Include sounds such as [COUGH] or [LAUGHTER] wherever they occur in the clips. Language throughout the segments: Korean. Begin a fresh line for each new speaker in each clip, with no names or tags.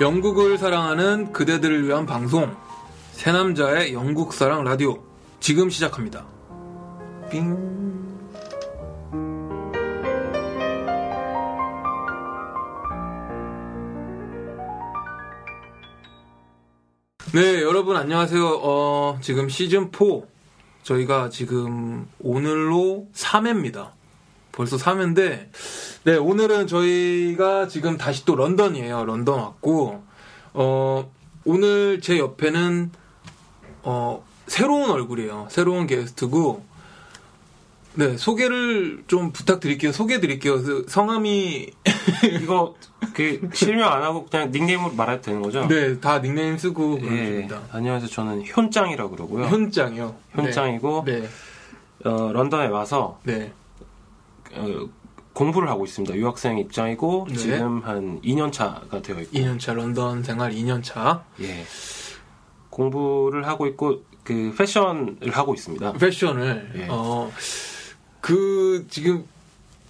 영국을 사랑하는 그대들을 위한 방송 새 남자의 영국 사랑 라디오 지금 시작합니다. 빙. 네, 여러분 안녕하세요. 어, 지금 시즌 4 저희가 지금 오늘로 3회입니다. 벌써 3회인데 네, 오늘은 저희가 지금 다시 또 런던이에요. 런던 왔고 어, 오늘 제 옆에는 어, 새로운 얼굴이에요. 새로운 게스트고 네, 소개를 좀 부탁드릴게요. 소개해 드릴게요. 그 성함이
이거 그 실명 안 하고 그냥 닉네임으로 말해도 되는 거죠? 예.
네, 다 닉네임 쓰고 그렇습니다.
안녕하세요. 저는 현짱이라고 그러고요.
현장이요.
현짱이고
네.
어, 런던에 와서
네.
어, 공부를 하고 있습니다. 유학생 입장이고
네.
지금 한 2년 차가 되어 있고
2년차 런던 생활 2년차
예. 공부를 하고 있고 그 패션을 하고 있습니다.
패션을
예.
어 그 지금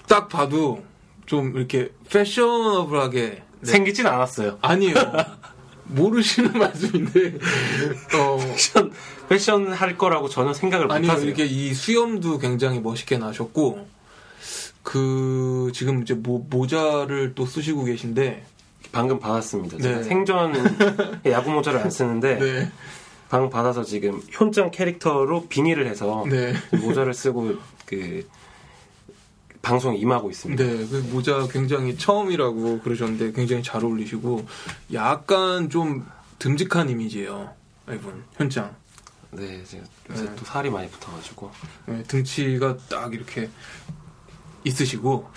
딱 봐도 좀 이렇게 패셔너블하게 네.
생기진 않았어요. [LAUGHS]
아니에요 모르시는 [LAUGHS] 말씀인데
[LAUGHS]
어
패션 패션 할 거라고 전혀 생각을 못
아니요
하세요.
이렇게 이 수염도 굉장히 멋있게 나셨고 그 지금 이제 모, 모자를 또 쓰시고 계신데
방금 받았습니다. 제가
네. [LAUGHS]
생전 야구 모자를 안 쓰는데
네
방 받아서 지금 현장 캐릭터로 비닐을 해서
네.
모자를 쓰고 그 방송 임하고 있습니다.
네, 그 모자 굉장히 처음이라고 그러셨는데 굉장히 잘 어울리시고 약간 좀 듬직한 이미지예요. 이분 현장
네, 제가 요새
네.
또 살이 많이 붙어가지고
네, 등치가 딱 이렇게 있으시고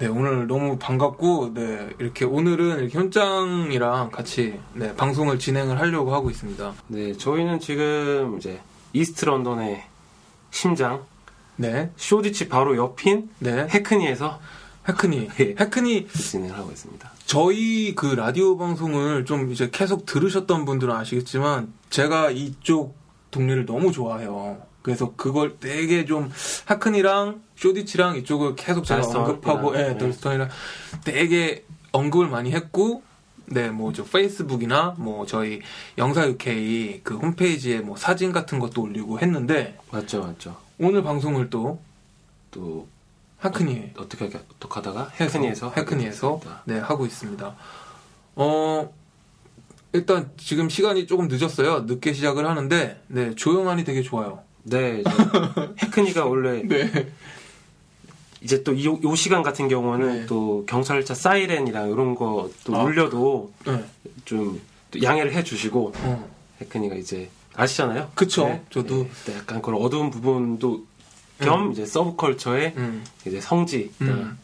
네 오늘 너무 반갑고 네 이렇게 오늘은 이렇게 현장이랑 같이 네 방송을 진행을 하려고 하고 있습니다.
네, 저희는 지금 이제 이스트 런던의 심장
네,
쇼디치 바로 옆인
네
해크니에서
해크니
예.
해크니
진행을 하고 있습니다.
저희 그 라디오 방송을 좀 이제 계속 들으셨던 분들은 아시겠지만 제가 이쪽 동네를 너무 좋아해요. 그래서 그걸 되게 좀 하큰이랑 쇼디치랑 이쪽을 계속 제가
덜스턴이랑,
언급하고 예,
네.
덜스턴이랑 되게 언급을 많이 했고 네, 뭐, 저, 페이스북이나, 뭐, 저희, 영사 UK, 그, 홈페이지에, 뭐, 사진 같은 것도 올리고 했는데,
맞죠, 맞죠.
오늘 방송을 또,
또
하크니,
어떻게 하게- 어떻게 하다가
해서,
해크니에서 하게
해크니에서
됐습니다.
네 하고 있습니다. 어 일단 지금 시간이 조금 늦었어요. 늦게 시작을 하는데 네 조용하니 되게 좋아요.
[LAUGHS] 네, 이제 해크니가 원래
네.
이제 또 이 시간 같은 경우는
네.
또 경찰차 사이렌이랑 이런 거 또
아.
울려도
네.
좀또 양해를 해주시고
어.
해크니가 이제 아시잖아요.
그쵸, 저도.
네, 약간 그런 어두운 부분도 겸 이제 서브컬처의
음.
이제 성지 네.
음.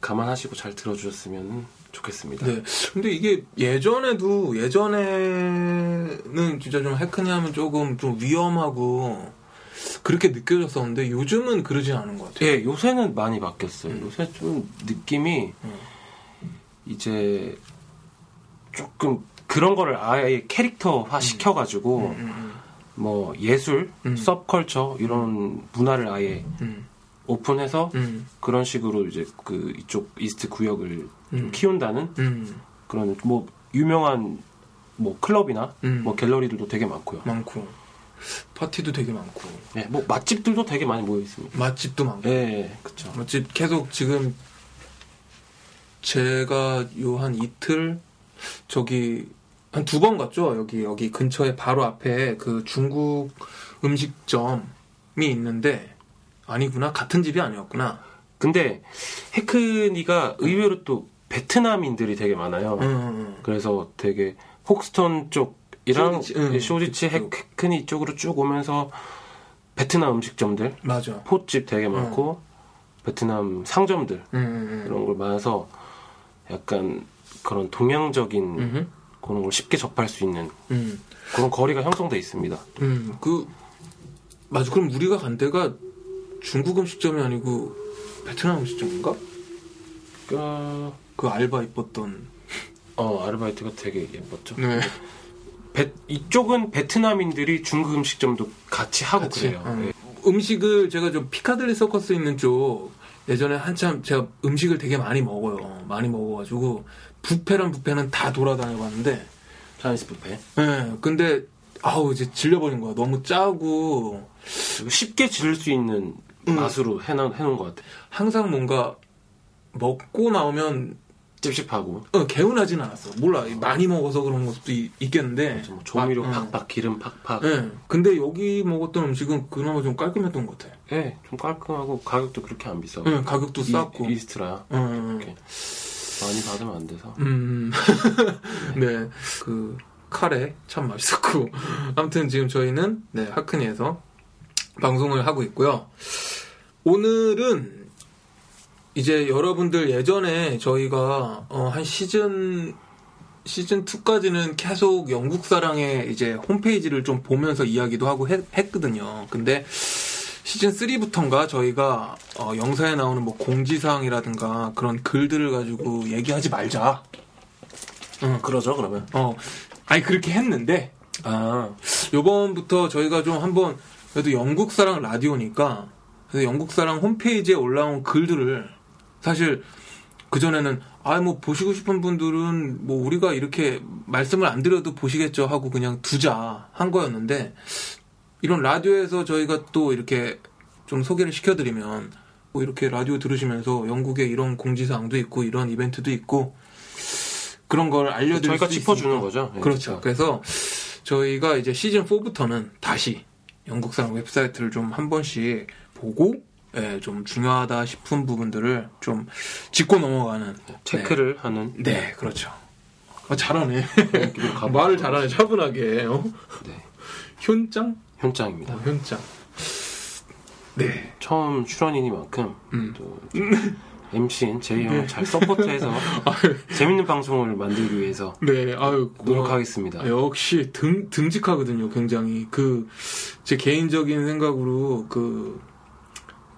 감안하시고 잘 들어주셨으면 좋겠습니다.
네. 근데 이게 예전에도 예전에는 진짜 좀 해크니 하면 조금 좀 위험하고 그렇게 느껴졌었는데 요즘은 그러진 않은 것 같아요.
예, 요새는 많이 바뀌었어요.
음.
요새 좀 느낌이 이제 조금 그런 거를 아예 캐릭터화 시켜가지고
음,
뭐 예술,
음.
서브컬처 이런 문화를 아예
음,
오픈해서
음,
그런 식으로 이제 그 이쪽 이스트 구역을 좀
음.
키운다는
음,
그런 뭐 유명한 뭐 클럽이나
음.
뭐 갤러리들도 되게 많고요.
많고 파티도 되게 많고
예, 뭐 맛집들도 되게 많이 모여 있습니다.
맛집도 많고.
예, 예 그렇죠.
어찌 계속 지금 제가 요 한 이틀 저기 한 두 번 갔죠 여기 여기 근처에 바로 앞에 그 중국 음식점이 있는데 아니구나 같은 집이 아니었구나
근데 해크니가 의외로 또 베트남인들이 되게 많아요.
응, 응,
그래서 되게 혹스턴 쪽이랑
쇼지치, 응.
예, 쇼지치, 해-
그쪽.
해크니 쪽으로 쭉 오면서 베트남 음식점들,
응. 맞아
포집 되게
음.
많고 베트남 상점들
응, 응,
이런 걸 많아서 약간 그런 동양적인
응. 응,
그런 걸 쉽게 접할 수 있는
응.
그런 거리가 형성돼 있습니다.
음, 그 맞아 그럼 우리가 간 데가 중국 음식점이 아니고 베트남 음식점인가?
어,
그 알바 이뻤던
어, 아르바이트가 되게 예뻤죠.
네
베- 이쪽은 베트남인들이 중국 음식점도 같이 하고
같이,
그래요.
어.
예.
음식을 제가 좀 피카들리 서커스 있는 쪽 예전에 한참 제가 음식을 되게 많이 먹어요. 많이 먹어가지고 부페란 부페는 다 돌아다녀봤는데
차이니스 뷔페.
예, 근데 아우 이제 질려버린 거야. 너무 짜고
쉽게 지를 수 있는
음.
맛으로 해놓, 해놓은 것 같아.
항상 뭔가 먹고 나오면
찝찝하고.
어, 개운하진 않았어. 몰라 많이 먹어서 그런 것도 이- 있겠는데.
뭐 조미료
아,
팍팍, 기름 팍팍.
어. 예, 근데 여기 먹었던 음식은 그나마 좀 깔끔했던 것 같아.
예, 좀 깔끔하고 가격도 그렇게 안 비싸.
예, 가격도 쌌고.
이, 스트라
어, 어,
이렇게. 많이 받으면 안 돼서.
음, [LAUGHS] 네, 그 카레 참 맛있었고. [LAUGHS] 아무튼 지금 저희는 네 하크니에서 방송을 하고 있고요. 오늘은 이제 여러분들 예전에 저희가 어, 한 시즌 시즌 2까지는 계속 영국 사랑의 이제 홈페이지를 좀 보면서 이야기도 하고 했, 거든요 근데 시즌 3부터인가 저희가 어, 영상에 나오는 뭐 공지사항이라든가 그런 글들을 가지고 얘기하지 말자.
그러죠, 그러면.
어, 아니 그렇게 했는데
아,
요번부터 저희가 좀 한번 그래도 영국 사랑 라디오니까 그래서 영국 사랑 홈페이지에 올라온 글들을 사실 그 전에는 아 뭐 보시고 싶은 분들은 뭐 우리가 이렇게 말씀을 안 드려도 보시겠죠 하고 그냥 두자 한 거였는데 이런 라디오에서 저희가 또 이렇게 좀 소개를 시켜드리면 뭐 이렇게 라디오 들으시면서 영국에 이런 공지사항도 있고 이런 이벤트도 있고 그런 걸 알려드릴
저희가
수
짚어주는
있으니까.
거죠. 예,
그렇죠.
그러니까.
그래서 저희가 이제 시즌 4부터는 다시 영국 사람 웹사이트를 좀 한 번씩 보고 예, 좀 중요하다 싶은 부분들을 좀 짚고 넘어가는
네. 체크를 하는.
네, 네, 그렇죠. 아, 잘하네. [LAUGHS]
기분 가보-
말을 잘하네. 차분하게. 어?
네,
현장?
현장입니다.
어, 현장. 네.
처음 출연이니만큼
음. 네.
또 MC인 제이 형을
[LAUGHS]
잘 서포트해서
아, 예.
재밌는 방송을 만들기 위해서
네. 아유, 고마워.
노력하겠습니다.
아, 역시 듬, 듬직하거든요, 굉장히. 그, 제 개인적인 생각으로, 그,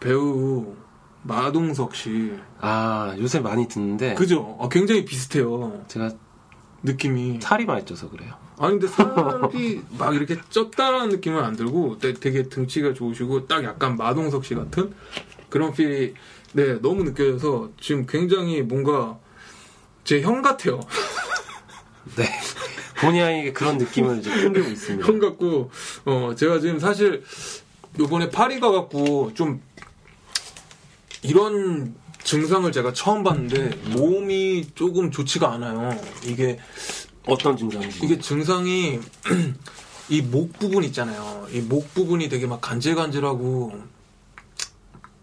배우 마동석 씨.
아 요새 많이 듣는데
그죠? 아, 굉장히 비슷해요,
제가
느낌이.
살이 많이 쪄서 그래요.
아니, 근데 살이 막 이렇게 쪘다라는 느낌은 안 들고, 네, 되- 되게 등치가 좋으시고, 딱 약간 마동석 씨 같은 그런 필이, 네, 너무 느껴져서 지금 굉장히 뭔가 제 형 같아요.
네 본의 아니게 그런 느낌을 이제 흔들고 있습니다.
형 같고 어 제가 지금 사실 요번에 파리 가갖고 좀 이런 증상을 제가 처음 봤는데 몸이 조금 좋지가 않아요. 이게
어떤 증상인지
이게 증상이 [CLEARS THROAT] 이 목 부분 있잖아요. 이 목 부분이 되게 막 간질간질하고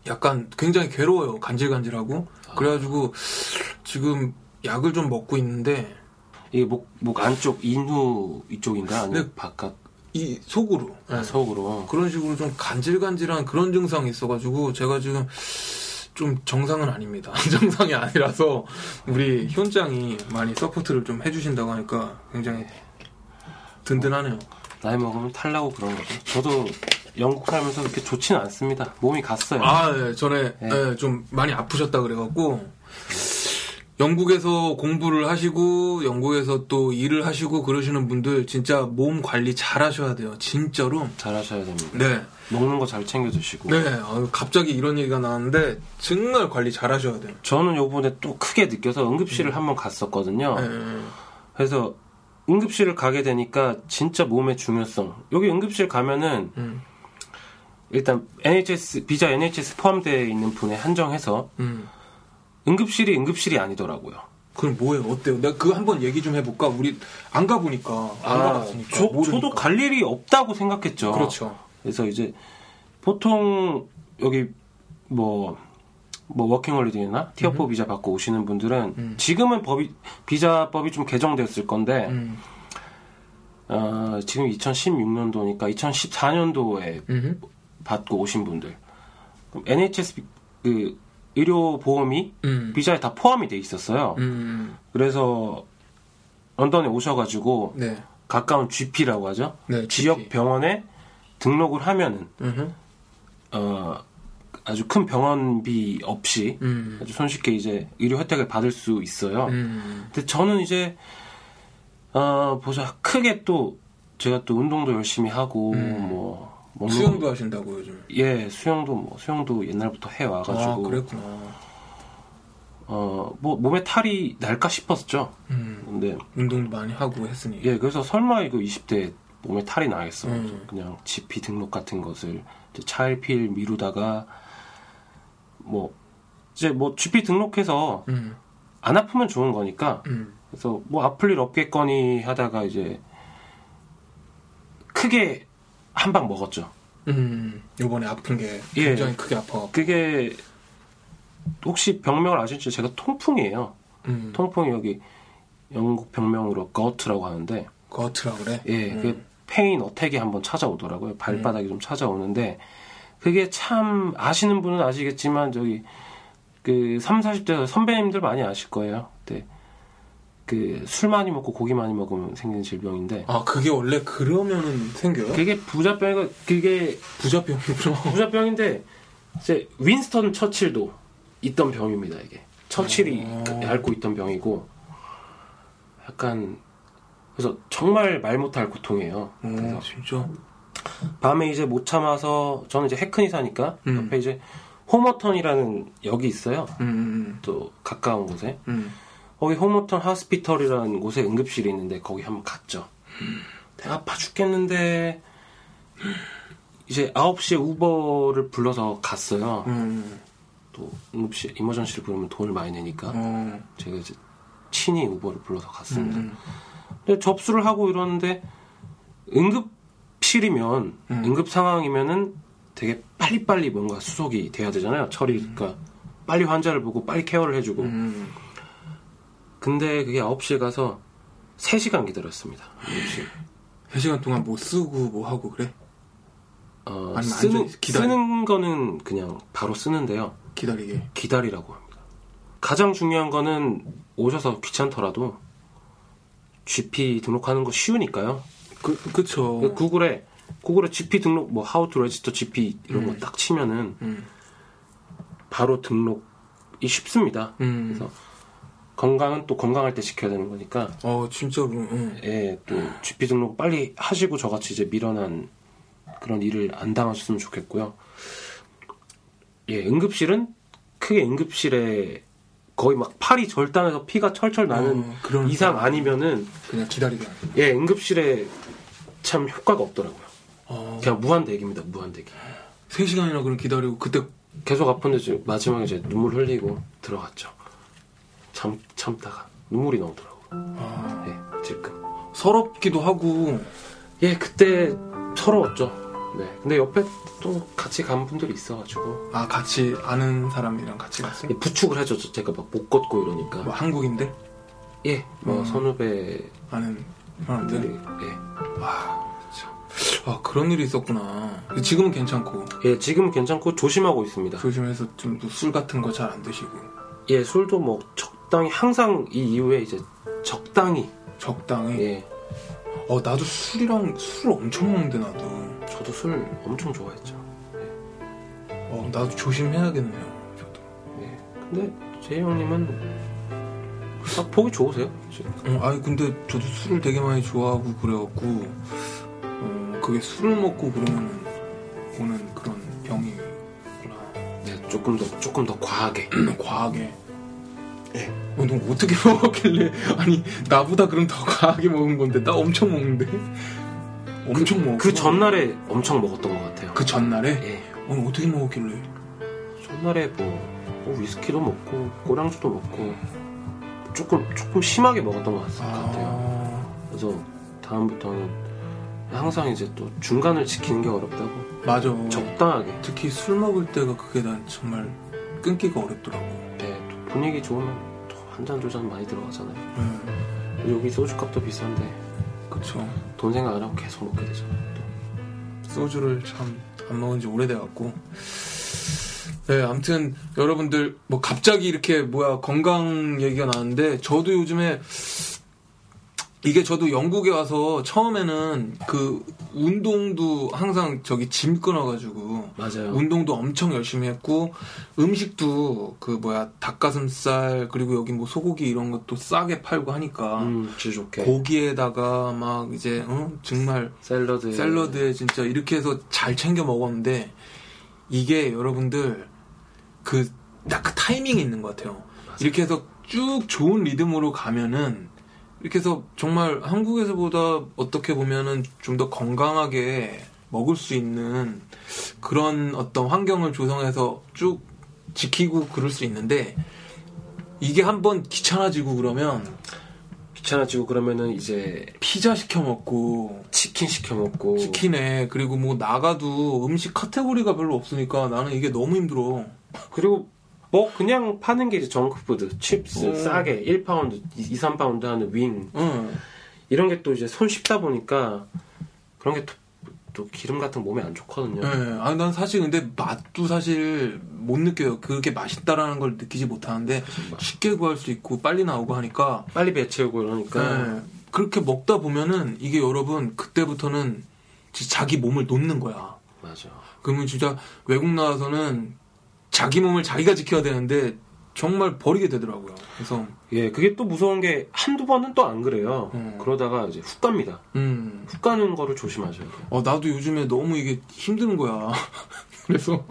약간 굉장히 괴로워요. 간질간질하고 그래가지고 지금 약을 좀 먹고 있는데
이게 목, 목 안쪽 인후 이쪽인가 아니면
네.
바깥
이 속으로 예.
속으로
그런 식으로 좀 간질간질한 그런 증상이 있어가지고 제가 지금 좀 정상은 아닙니다. [LAUGHS] 정상이 아니라서 우리 현장이 많이 서포트를 좀 해주신다고 하니까 굉장히 든든하네요.
나이 먹으면 탈라고 그런 거죠. 저도 영국 살면서 그렇게 좋지는 않습니다. 몸이 갔어요.
아, 예, 전에
네.
예, 좀 많이 아프셨다 그래갖고 영국에서 공부를 하시고 영국에서 또 일을 하시고 그러시는 분들 진짜 몸 관리 잘 하셔야 돼요. 진짜로.
잘하셔야 됩니다.
네.
먹는 거 잘 챙겨 드시고.
네. 아유, 갑자기 이런 얘기가 나왔는데 정말 관리 잘 하셔야 돼요.
저는 요번에 또 크게 느껴서
음.
응급실을 한번 갔었거든요.
예, 예.
그래서 응급실을 가게 되니까 진짜 몸의 중요성. 여기 응급실 가면은
음.
일단 NHS 비자 NHS 포함되어 있는 분에 한정해서
음.
응급실이 응급실이 아니더라고요.
그럼 뭐예요? 어때요? 내가 그거 한번 얘기 좀 해볼까? 우리 안 가보니까 안 가봤으니까
아, 저,
아, 모르니까.
저도 갈 일이 없다고 생각했죠.
그렇죠.
그래서 이제 보통 여기 뭐, 뭐 워킹홀리데이나 티어포 비자 받고 오시는 분들은
음.
지금은 법이 비자법이 좀 개정되었을 건데
음.
어, 지금 2016년도니까 2014년도에
음.
받고 오신 분들 그럼 NHS 비- 그 의료 보험이
음.
비자에 다 포함이 돼 있었어요.
음.
그래서 런던에 오셔가지고
네.
가까운 GP라고 하죠.
네.
지역 병원에 등록을 하면은
음.
어, 아주 큰 병원비 없이
음.
아주 손쉽게 이제 의료 혜택을 받을 수 있어요.
음.
근데 저는 이제 어, 보자 크게 또 제가 또 운동도 열심히 하고 뭐 먹는 거-
음. 수영도 하신다고 요즘.
예 수영도 뭐 수영도 옛날부터 해
아
와가지고
그랬구나.
어, 뭐 몸에 탈이 날까 싶었죠.
음,
근데
운동도 많이 하고 했으니.
예, 그래서 설마 이거 20대 몸에 탈이 나겠어.
음.
그냥 GP 등록 같은 것을 이제 차일피일 미루다가 뭐 이제 뭐 GP 등록해서
음,
안 아프면 좋은 거니까
음,
그래서 뭐 아플 일 없겠거니 하다가 이제 크게 한 방 먹었죠.
음. 이번에 아픈 게
예.
굉장히 크게 아파.
그게 혹시 병명을 아실지 제가 통풍이에요.
음,
통풍이 여기 영국 병명으로 거트라고 하는데
거트라 그래.
예,
음.
그 페인 어택이 한번 찾아오더라고요. 발바닥이 좀 찾아오는데 그게 참 아시는 분은 아시겠지만 저기 그 3, 40대 선배님들 많이 아실 거예요. 그때 그술 많이 먹고 고기 많이 먹으면 생기는 질병인데
아 그게 원래 그러면은 생겨요? 어,
그게 부자병이 그게 [LAUGHS]
부자병이구나.
부자병인데 이제 윈스턴 처칠도 있던 병입니다 이게 처칠이
음.
그- 앓고 있던 병이고 약간 그래서 정말 말 못할 고통이에요
오,
그래서
진짜.
밤에 이제 못 참아서 저는 이제 해큰이 사니까
음.
옆에 이제 호머턴이라는 역이 있어요
음, 음,
또 가까운 곳에
음.
거기 호머턴 하스피털이라는 곳에 응급실이 있는데 거기 한번 갔죠. 내가 아파 죽겠는데 이제 9시에 우버를 불러서 갔어요.
음,
또 응급실 이머전시를 부르면 돈을 많이 내니까
어,
제가 이제 친히 우버를 불러서 갔습니다.
음,
근데 접수를 하고 이러는데 응급실이면
음.
응급 상황이면은 되게 빨리빨리 뭔가 수속이 돼야 되잖아요. 처리가 빨리 환자를 보고 빨리 케어를 해주고
음.
근데 그게 9시에 가서 3시간 기다렸습니다. 9시.
세 시간 동안 뭐 쓰고 뭐 하고 그래?
어,
아니면
쓰는,
앉아있- 기다려?
쓰는 거는 그냥 바로 쓰는데요.
기다리게.
기다리라고 합니다. 가장 중요한 거는 오셔서 귀찮더라도 GP 등록하는 거 쉬우니까요.
그, 그쵸.
구글에 구글에 GP 등록 뭐 how to register GP 이런 거 딱 치면은
음,
바로 등록이 쉽습니다.
음.
그래서 건강은 또 건강할 때 지켜야 되는 거니까
어, 진짜로. 음.
예, 또 GP 등록 빨리 하시고 저같이 이제 미련한 그런 일을 안 당하셨으면 좋겠고요. 예, 응급실은 크게 응급실에 거의 막 팔이 절단해서 피가 철철 나는
어, 그런
이상 아니면은
그냥 기다리게. 하는.
예, 응급실에 참 효과가 없더라고요.
어,
그냥 무한 대기입니다, 무한 대기.
세 시간이나 그럼 기다리고 그때
계속 아픈데 지금 마지막에 이제 눈물 흘리고 들어갔죠. 참 참다가 눈물이 나오더라고요.
아,
예, 지금.
서럽기도 하고.
예, 그때 서러웠죠. 네. 근데 옆에 또 같이 간 분들이 있어가지고
아, 같이 아는 사람이랑 같이 갔어?
예, 부축을 해줬죠. 제가 막 못 걷고 이러니까.
뭐 한국인들
예, 뭐
음. 네.
선후배들이
아는 사람들.
예.
와, 참. 아, 그런 일이 있었구나. 지금은 괜찮고.
예, 지금은 괜찮고 조심하고 있습니다.
조심해서 좀 술 같은 거 잘 안 드시고.
예, 술도 뭐 적당히 항상 이 이후에 이제 적당히
적당히.
예,
어, 나도 술이랑 술을 엄청 먹는데, 나도.
저도 술 엄청 좋아했죠.
어, 나도 조심해야겠네요. 저도.
예, 근데 제이 형님은 딱 보기 좋으세요.
어, 아니, 근데 저도 술을 되게 많이 좋아하고 그래갖고, 어, 그게 술을 먹고 그러면 오는 그런 병이구나. [CLEARS THROAT]
네, 조금 더 조금 더 과하게.
음. 과하게.
예.
어, 너 어떻게 [LAUGHS] 먹었길래. 아니, 나보다 그럼 더 과하게 먹은 건데, 나 엄청 먹는데? 엄청 먹어.
그 전날에 엄청 먹었던 것 같아요.
그 전날에?
예.
오늘 어떻게 먹었길래?
첫날에 뭐, 뭐 위스키도 먹고 꼬량주도 먹고 조금 조금 심하게 먹었던 것 같- 같아요.
아,
그래서 다음부터는 항상 이제 또 중간을 지키는 게 어렵다고
맞아.
적당하게
특히 술 먹을 때가 그게 난 정말 끊기가 어렵더라고.
네, 또 분위기 좋으면 또 한 잔 두 잔 많이 들어가잖아요.
응,
여기 소주값도 비싼데
그쵸.
돈 생각 안 하고 계속 먹게 되잖아요. 또.
소주를 참 안 먹은 지 오래돼갖고. 네, 아무튼 여러분들 뭐 갑자기 이렇게 뭐야 건강 얘기가 나는데 저도 요즘에 이게 저도 영국에 와서 처음에는 그 운동도 항상 저기 짐 끊어가지고
맞아요.
운동도 엄청 열심히 했고 음식도 그 뭐야 닭가슴살 그리고 여기 뭐 소고기 이런 것도 싸게 팔고 하니까
음, 질 좋게
고기에다가 막 이제 어? 정말 네.
샐러드
샐러드에 진짜 이렇게 해서 잘 챙겨 먹었는데 이게 여러분들 그 딱 그 타이밍이 있는 것 같아요. 이렇게 해서 쭉 좋은 리듬으로 가면은 이렇게 해서 정말 한국에서보다 어떻게 보면은 좀 더 건강하게 먹을 수 있는 그런 어떤 환경을 조성해서 쭉 지키고 그럴 수 있는데 이게 한번 귀찮아지고 그러면
귀찮아지고 그러면은 이제
피자 시켜 먹고
치킨 시켜 먹고
치킨에 그리고 뭐 나가도 음식 카테고리가 별로 없으니까 나는 이게 너무 힘들어.
그리고 뭐 그냥 파는 게 이제 정크푸드, 칩스
음.
싸게 1파운드, 2, 3파운드 하는 윙
응.
이런 게 또 이제 손 씹다 보니까 그런 게 또 기름 같은 몸에 안 좋거든요.
예. 아니 난 사실 근데 맛도 사실 못 느껴요. 그렇게 맛있다라는 걸 느끼지 못하는데 쉽게 구할 수 있고 빨리 나오고 하니까
빨리 배 채우고 이러니까
예. 그렇게 먹다 보면은 이게 여러분 그때부터는 진짜 자기 몸을 놓는 거야.
맞아.
그러면 진짜 외국 나와서는 자기 몸을 자기가 지켜야 되는데 정말 버리게 되더라고요. 그래서
예, 그게 또 무서운 게 한두 번은 또 안 그래요.
음.
그러다가 이제 훅 갑니다.
음.
훅 가는 거를 조심하셔야 돼요.
어, 나도 요즘에 너무 이게 힘든 거야. [LAUGHS] 그래서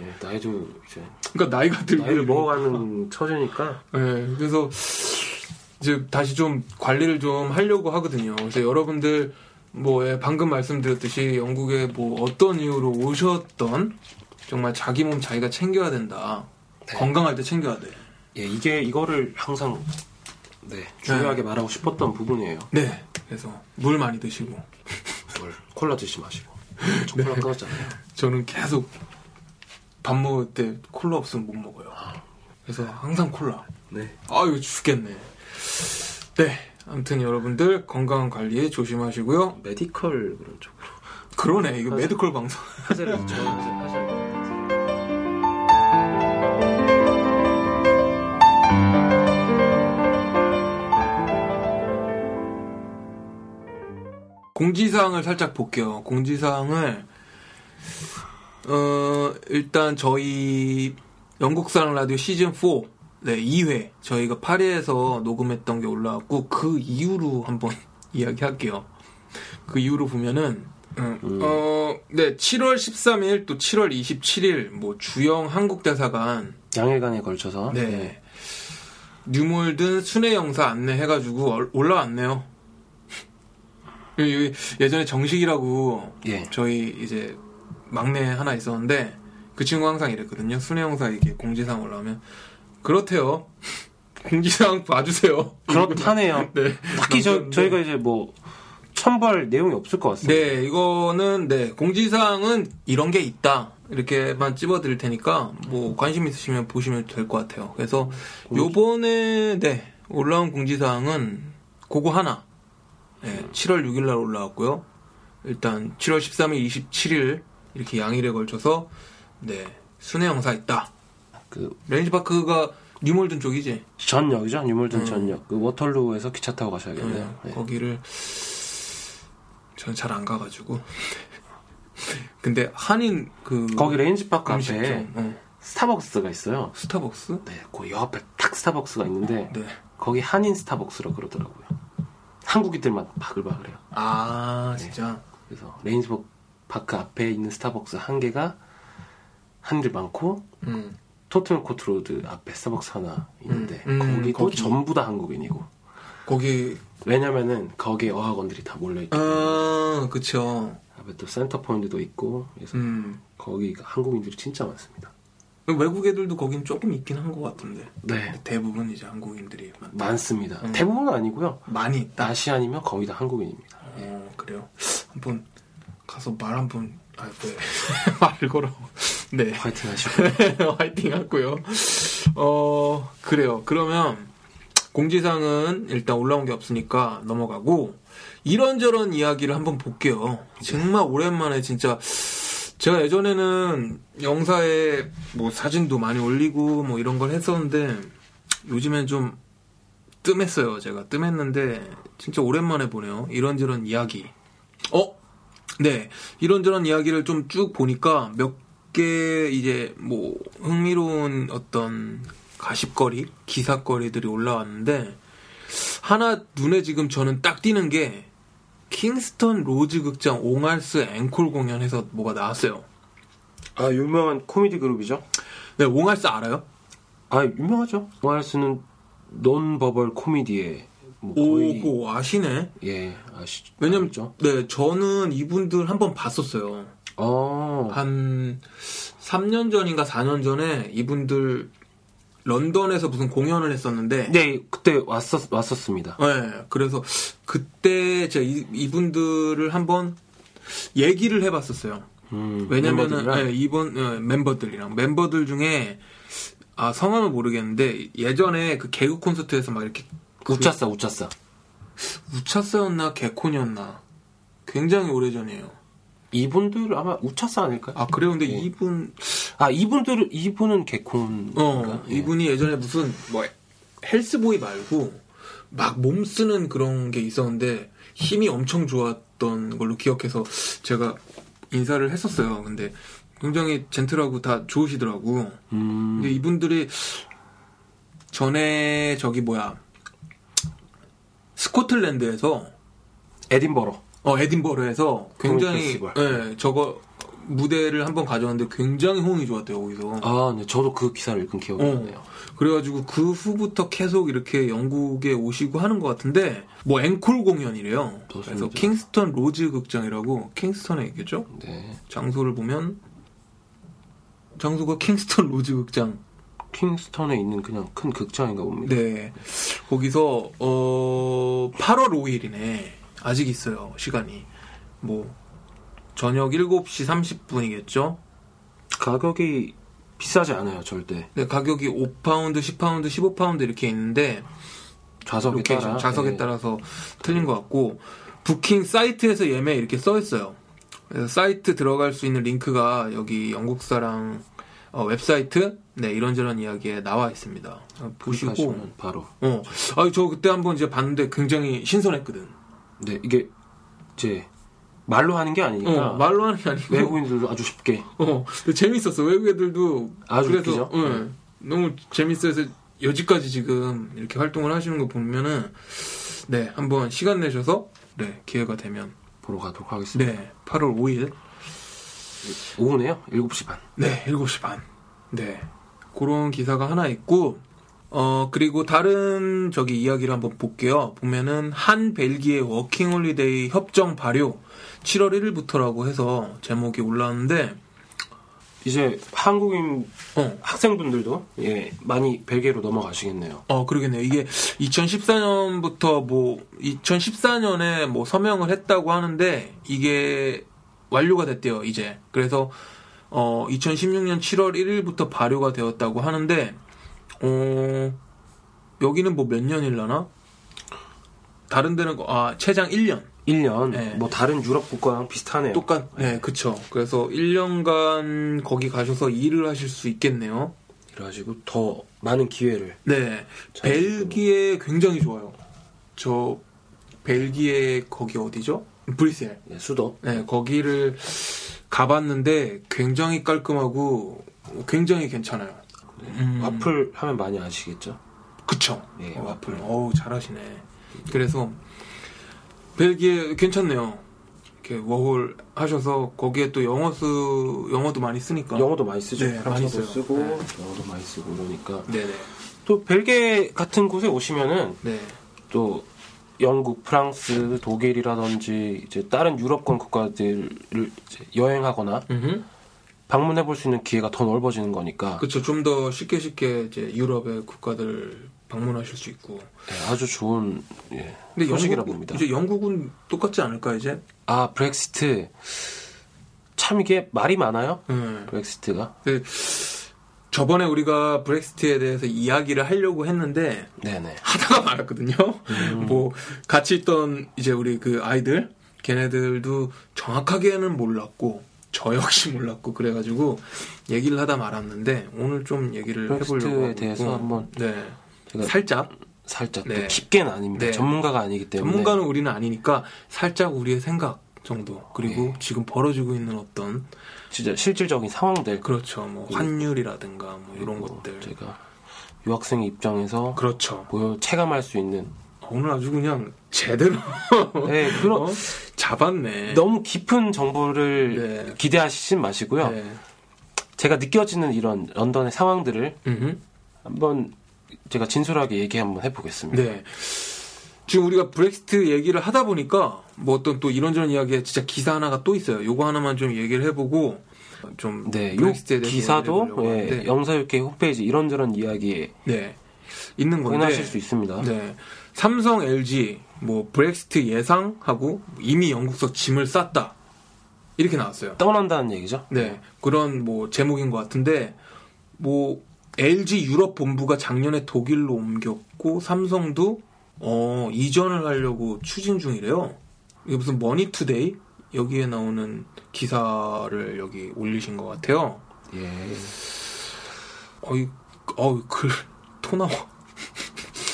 예, 나이도 이제
그러니까 나이가 들고
나이를
이런-
먹어가는 처지니까
예, 그래서 이제 다시 좀 관리를 좀 하려고 하거든요. 그래서 여러분들 뭐 예, 방금 말씀드렸듯이 영국에 뭐 어떤 이유로 오셨던 정말 자기 몸 자기가 챙겨야 된다.
네.
건강할 때 챙겨야 돼.
예, 이게 이거를 항상 네, 중요하게 말하고 싶었던 부분이에요.
네. 그래서 물 많이 드시고
뭘 콜라 드시 마시고 초콜릿 끊었잖아요.
저는 계속 밥 먹을 때 콜라 없으면 못 먹어요. 그래서 항상 콜라.
네.
아유 죽겠네. 네. 아무튼 여러분들 건강 관리에 조심하시고요.
메디컬 그런 쪽으로
그러네. 이거 메디컬 방송.
화제를 저는 이제 하셔야 돼요.
공지사항을 살짝 볼게요. 공지사항을 어, 일단 저희 영국사랑 라디오 시즌 4 네, 2회 저희가 파리에서 녹음했던 게 올라왔고 그 이후로 한번 [LAUGHS] 이야기할게요. 그 이후로 보면은 음, 어, 네, 7월 13일 또 7월 27일 뭐 주영 한국대사관
양일간에 걸쳐서
네. 뉴몰든 순회 영사 안내해가지고 얼- 올라왔네요. [LAUGHS] 예- 예전에 정식이라고
예.
저희 이제 막내 하나 있었는데 그 친구 항상 이랬거든요. 순회 영사 이게 공지사항 올라오면 그렇대요. [LAUGHS] 공지사항 봐주세요.
[LAUGHS] 그렇다네요.
네.
딱히 저, 저희가 이제 뭐 첨부할 내용이 없을 것 같습니다.
네, 이거는 네 공지사항은 이런 게 있다 이렇게만 찝어드릴 테니까 뭐 관심 있으시면 보시면 될 것 같아요. 그래서 요번에 네 올라온 공지사항은 그거 하나 네, 7월 6일 날 올라왔고요. 일단 7월 13일, 27일 이렇게 양일에 걸쳐서 네 순회 영사 있다.
그
레인지파크가 뉴몰든 쪽이지.
전역이죠, 뉴몰든 전역. 그 워털루에서 기차 타고
네,
가셔야겠네요. 네.
거기를 저는 잘 안 가가지고. 근데 한인 그
거기 레인지파크 앞에
음식점, 어,
스타벅스가 있어요.
스타벅스?
네, 그 옆에 딱 스타벅스가 있는데
네.
거기 한인 스타벅스라 그러더라고요. 한국인들만 바글바글해요.
아 진짜.
그래서 레인지버 파크 앞에 있는 스타벅스 한 개가 한들 많고
음.
토트넘 코트 로드 앞에 스타벅스 하나 있는데
음, 음,
거기도
거기.
전부 다 한국인이고
거기
왜냐면은 거기에 어학원들이 다 몰려 있고
아 그쵸.
앞에 또 센터 포인트도 있고 그래서
음.
거기 한국인들이 진짜 많습니다.
외국 애들도 거긴 조금 있긴 한 것 같은데.
네
근데 대부분 이제 한국인들이 많-
많습니다.
음.
대부분은 아니고요.
많이 있다.
아시안이면 거의 다 한국인입니다.
어 그래요. 한번 가서 말 한번 아, 네. [LAUGHS] 말 걸어. 네.
화이팅 [LAUGHS] 하시고
[LAUGHS] 화이팅 하고요. 어, 그래요. 그러면 공지사항은 일단 올라온 게 없으니까 넘어가고 이런저런 이야기를 한번 볼게요. 정말 오랜만에 진짜 제가 예전에는 영사에 뭐 사진도 많이 올리고 뭐 이런 걸 했었는데 요즘엔 좀 뜸했어요. 제가 뜸했는데 진짜 오랜만에 보네요. 이런저런 이야기. 어? 네. 이런저런 이야기를 좀 쭉 보니까 몇 개 이제 뭐 흥미로운 어떤 가십거리, 기사거리들이 올라왔는데 하나 눈에 지금 저는 딱 띄는 게 킹스턴 로즈 극장 옹알스 앵콜 공연에서 뭐가 나왔어요.
아 유명한 코미디 그룹이죠.
네, 옹알스 알아요?
아 유명하죠. 와이어스는 논버벌 코미디에 뭐
오,
거의
그거 아시네.
예 아시죠.
왜냐면
알죠?
네, 저는 이분들 한번 봤었어요.
어
한 3년 전인가 4년 전에 이분들 런던에서 무슨 공연을 했었는데
네, 그때 왔었, 왔었습니다.
네, 그래서 그때 제가 이, 이분들을 한번 얘기를 해봤었어요.
음,
왜냐면은
멤버들이랑.
예, 이번 예, 멤버들이랑 멤버들 중에 아 성함은 모르겠는데 예전에 그 개그 콘서트에서 막 이렇게
우차싸 우차싸.
우차싸였나 개콘이었나 굉장히 오래 전이에요.
이분들 아마 우차싸 아닐까요?
아 그래요, 근데
예.
이분
아 이분들 이분은 개콘.
어 이분이 예전에 무슨 뭐 헬스보이 말고 막 몸 쓰는 그런 게 있었는데 힘이 엄청 좋았던 걸로 기억해서 제가 인사를 했었어요. 근데 굉장히 젠틀하고 다 좋으시더라고.
음,
근데 이분들이 전에 저기 뭐야 스코틀랜드에서
에딘버러.
어 에딘버러에서 굉장히
페스티벌.
예 저거 무대를 한번 가져왔는데 굉장히 호응이 좋았대요 거기서
아, 네, 저도 그 기사를 읽은 기억이
어.
나네요.
그래가지고 그 후부터 계속 이렇게 영국에 오시고 하는 것 같은데 뭐 앵콜 공연이래요 그래서
좋습니다.
킹스턴 로즈 극장이라고 킹스턴에 있겠죠
네,
장소를 보면 장소가 킹스턴 로즈 극장
킹스턴에 있는 그냥 큰 극장인가 봅니다.
네. 거기서 어 8월 5일이네. 아직 있어요. 시간이. 뭐 저녁 7시 30분이겠죠?
가격이 비싸지 않아요, 절대.
네, 가격이 5파운드, 10파운드, 15파운드 이렇게 있는데
좌석에
로케이션
따라.
좌석에
예.
따라서 틀린 것 같고 부킹 사이트에서 예매 이렇게 써 있어요. 그래서 사이트 들어갈 수 있는 링크가 여기 영국 사랑 어, 웹사이트 네 이런저런 이야기에 나와 있습니다. 어, 보시고
클릭하시면 바로.
어, 아저 그때 한번 이제 봤는데 굉장히 신선했거든.
네, 이게 이제 말로 하는 게 아니니까
어, 말로 하는 게 아니고
외국인들도 아주 쉽게
어, 근데 재밌었어 외국 애들도
아주
그래서
웃기죠? 네.
응, 너무 재밌어서 여지까지 지금 이렇게 활동을 하시는 거 보면은 네 한번 시간 내셔서 네 기회가 되면
보러 가도록 하겠습니다.
네 8월 5일
오후네요. 7시 반.
네 7시 반네 그런 기사가 하나 있고 어 그리고 다른 저기 이야기를 한번 볼게요 보면은 한 벨기에 워킹홀리데이 협정 발효 7월 1일부터라고 해서 제목이 올라왔는데
이제 한국인
어
학생분들도 예, 많이 벨기에로 넘어가시겠네요.
어, 그러겠네요. 이게 2014년부터 뭐, 2014년에 뭐 서명을 했다고 하는데, 이게 완료가 됐대요, 이제. 그래서, 어, 2016년 7월 1일부터 발효가 되었다고 하는데, 어, 여기는 뭐 몇 년일라나? 다른 데는, 아, 최장 1년.
1년
네.
뭐 다른 유럽 국가랑 비슷하네요.
똑같, 네, 그쵸. 그래서 1년간 거기 가셔서 일을 하실 수 있겠네요.
그래가지고 더 많은 기회를
네.
잘
벨기에 굉장히 좋아요. 저 벨기에 거기 어디죠? 브뤼셀.
예, 수도
네, 거기를 가봤는데 굉장히 깔끔하고 굉장히 괜찮아요. 음.
와플 하면 많이 아시겠죠?
그쵸?
예,
어, 와플. 어우, 잘하시네. 그래서 벨기에 괜찮네요. 이렇게 워홀 하셔서 거기에 또 영어 쓰 영어도 많이 쓰니까.
영어도 많이 쓰죠.
네,
프랑스어도
많이 써요.
쓰고
네.
영어도 많이 쓰고 그러니까
네네.
또 벨기에 같은 곳에 오시면은
네.
또 영국, 프랑스, 독일이라든지 이제 다른 유럽권 국가들을 이제 여행하거나
음흠.
방문해 볼 수 있는 기회가 더 넓어지는 거니까
그쵸. 좀 더 쉽게 쉽게 이제 유럽의 국가들 방문하실 수 있고.
네, 아주 좋은 예,
근데
소식이라
영국,
봅니다.
이제 영국은 똑같지 않을까 이제?
아 브렉시트 참 이게 말이 많아요.
음.
브렉시트가
그, 저번에 우리가 브렉시트에 대해서 이야기를 하려고 했는데
네네
하다가 [LAUGHS] 말았거든요.
음.
뭐 같이 있던 이제 우리 그 아이들 걔네들도 정확하게는 몰랐고 저 역시 몰랐고 그래가지고 얘기를 하다 말았는데 오늘 좀 얘기를
브렉시트에
해보려고 하고
대해서
있고.
한번
네
제가
살짝
살짝
네.
또 깊게는 아닙니다.
네.
전문가가 아니기 때문에
전문가는 우리는 아니니까 살짝 우리의 생각 정도 그리고
네.
지금 벌어지고 있는 어떤
진짜 실질적인 상황들
그렇죠. 뭐 환율이라든가 뭐 이런
네. 그리고
것들.
제가 유학생의 입장에서
그렇죠.
보여 체감할 수 있는
오늘 아주 그냥 제대로
네, 그런
어? [LAUGHS] 잡았네.
너무 깊은 정보를
네.
기대하시진 마시고요.
네.
제가 느껴지는 이런 런던의 상황들을
음흠.
한번 제가 진솔하게 얘기 한번 해보겠습니다.
네. 지금 우리가 브렉시트 얘기를 하다 보니까 뭐 어떤 또 이런저런 이야기에 진짜 기사 하나가 또 있어요. 요거 하나만 좀 얘기를 해보고 좀
네, 요
브렉시트에 대해서
기사도
얘기를 해보려고
예,
하는데
영사육회 홈페이지 이런저런 이야기에
네. 있는 건데
확인하실 수 있습니다.
네. 삼성, LG 뭐 브렉시트 예상하고 이미 영국서 짐을 쌌다 이렇게 나왔어요.
떠난다는 얘기죠.
네 그런 뭐 제목인 것 같은데 뭐 LG 유럽 본부가 작년에 독일로 옮겼고 삼성도 어 이전을 하려고 추진 중이래요. 이게 무슨 머니투데이 여기에 나오는 기사를 여기 올리신 것 같아요.
예.
어이 어이 글토 나와.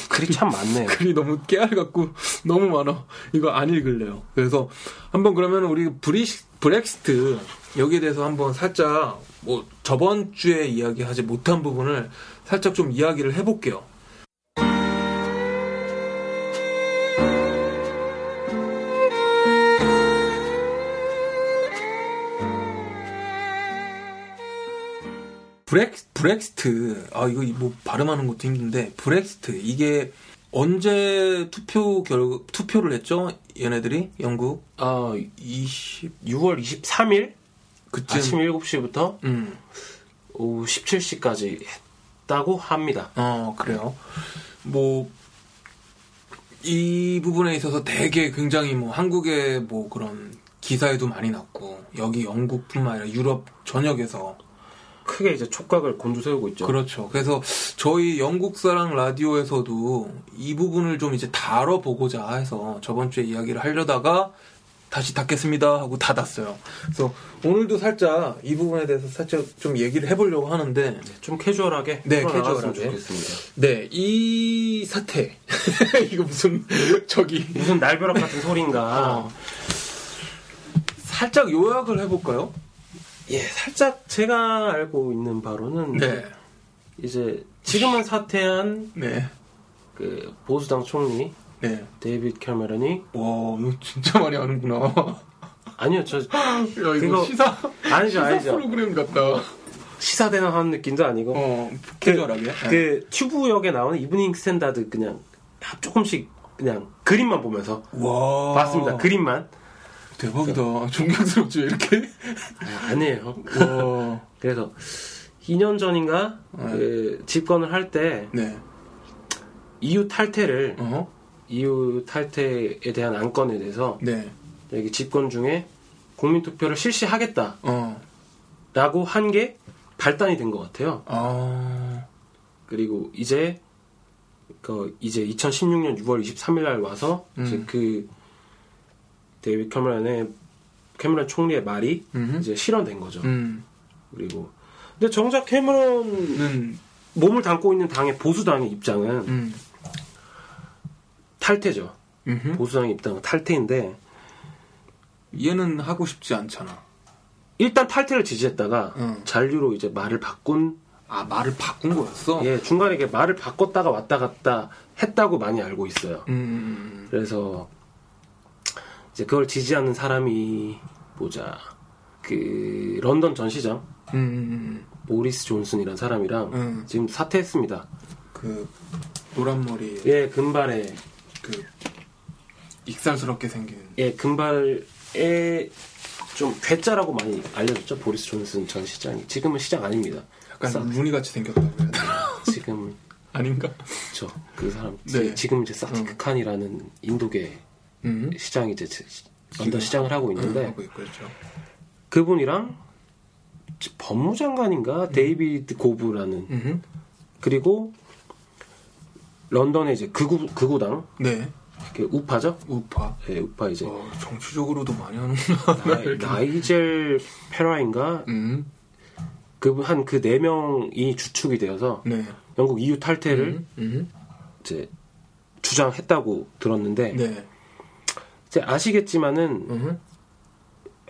글이 참 많네요.
글이 너무 깨알 같고 너무 많아. 이거 안 읽을래요. 그래서 한번 그러면 우리 브리 브렉시트 여기에 대해서 한번 살짝 뭐 저번 주에 이야기하지 못한 부분을 살짝 좀 이야기를 해볼게요. 브렉 브렉시트 아 이거 뭐 발음하는 것도 힘든데 브렉시트 이게 언제 투표 결 투표를 했죠 얘네들이 영국
어,
20
6월 23일
그쯤
아침 7시부터
음.
오후 17시까지 했다고 합니다.
어, 그래요. 뭐, 이 부분에 있어서 되게 굉장히 뭐 한국의 뭐 그런 기사에도 많이 났고, 여기 영국뿐만 아니라 유럽 전역에서.
크게 이제 촉각을 곤두세우고 있죠.
그렇죠. 그래서 저희 영국사랑 라디오에서도 이 부분을 좀 이제 다뤄보고자 해서 저번 주에 이야기를 하려다가 다시 닫겠습니다 하고 닫았어요. 그래서 오늘도 살짝 이 부분에 대해서 살짝 좀 얘기를 해보려고 하는데,
좀 캐주얼하게
네,
풀어나갔으면
캐주얼하게.
좋겠습니다.
네, 이 사태. [LAUGHS] 이거 무슨, [LAUGHS] 저기.
무슨 날벼락 같은 소린가.
[LAUGHS] 어. 살짝 요약을 해볼까요?
예, 살짝 제가 알고 있는 바로는 이제 지금은 사퇴한
네.
그 보수당 총리
네.
데이빗 캐머런이
와, 이거 진짜 많이 아는구나. [LAUGHS] 야,
아니요 저
이거 어,
그거-
시사,
아니죠
시사
아니죠
프로그램 같다.
시사대나 하는 느낌도 아니고
어, 캐주얼하게. 네.
그 튜브역에 나오는 이브닝 스탠다드 그냥 조금씩 그냥 그림만 보면서
와.
봤습니다 그림만
대박이다. 존경스럽죠, 이렇게?
아, 아니에요
와.
그래서 2년 전인가 그 집권을 할 때
네.
EU 탈퇴를
어?
EU 탈퇴에 대한 안건에 대해서
네.
여기 집권 중에 국민투표를 실시하겠다
어.
라고 한 게 발단이 된 것 같아요.
아.
그리고 이제 그 이제 2016년 6월 23일 날 와서 이제
음.
그 데이비 캐머런의 캐머런 총리의 말이
음.
이제 실현된 거죠.
음.
그리고 근데 정작 캐머런
는,
몸을 담고 있는 당의 보수당의 입장은
음.
탈퇴죠.
음흠.
보수당의 입장은 탈퇴인데
얘는 하고 싶지 않잖아.
일단 탈퇴를 지지했다가
음.
잔류로 이제 말을 바꾼
아, 말을 바꾼 거였어?
예 중간에 이게 말을 바꿨다가 왔다 갔다 했다고 많이 알고 있어요.
음, 음.
그래서 이제 그걸 지지하는 사람이 보자 그 런던 전시장
음, 음.
모리스 존슨이라는 사람이랑
음.
지금 사퇴했습니다.
그, 노란 머리.
예 금발에
그 익살스럽게 생긴
예 금발에 좀 괴짜라고 많이 알려졌죠 보리스 존슨 전 시장이 지금은 시장 아닙니다.
약간
싹.
루니 같이 생겼다고 해야 되나?
지금
아닌가?
저그 사람
네.
지금 이제 사티크칸이라는 인도계
음.
시장이 이제 지- 런던 시장을 하고
음,
있는데
하고 있고 그렇죠.
그분이랑 법무장관인가 데이비드 고브라는
음.
그리고 런던의 이제 극우 극우당
네.
그 우파죠?
우파.
예, 우파 이제
어, 정치적으로도 많이 하는구나.
나, 이젤 페라인가
음.
그분 한 그 네 명이 주축이 되어서
네.
영국 EU 탈퇴를
음. 음.
이제 주장했다고 들었는데
네.
이제 아시겠지만은
음.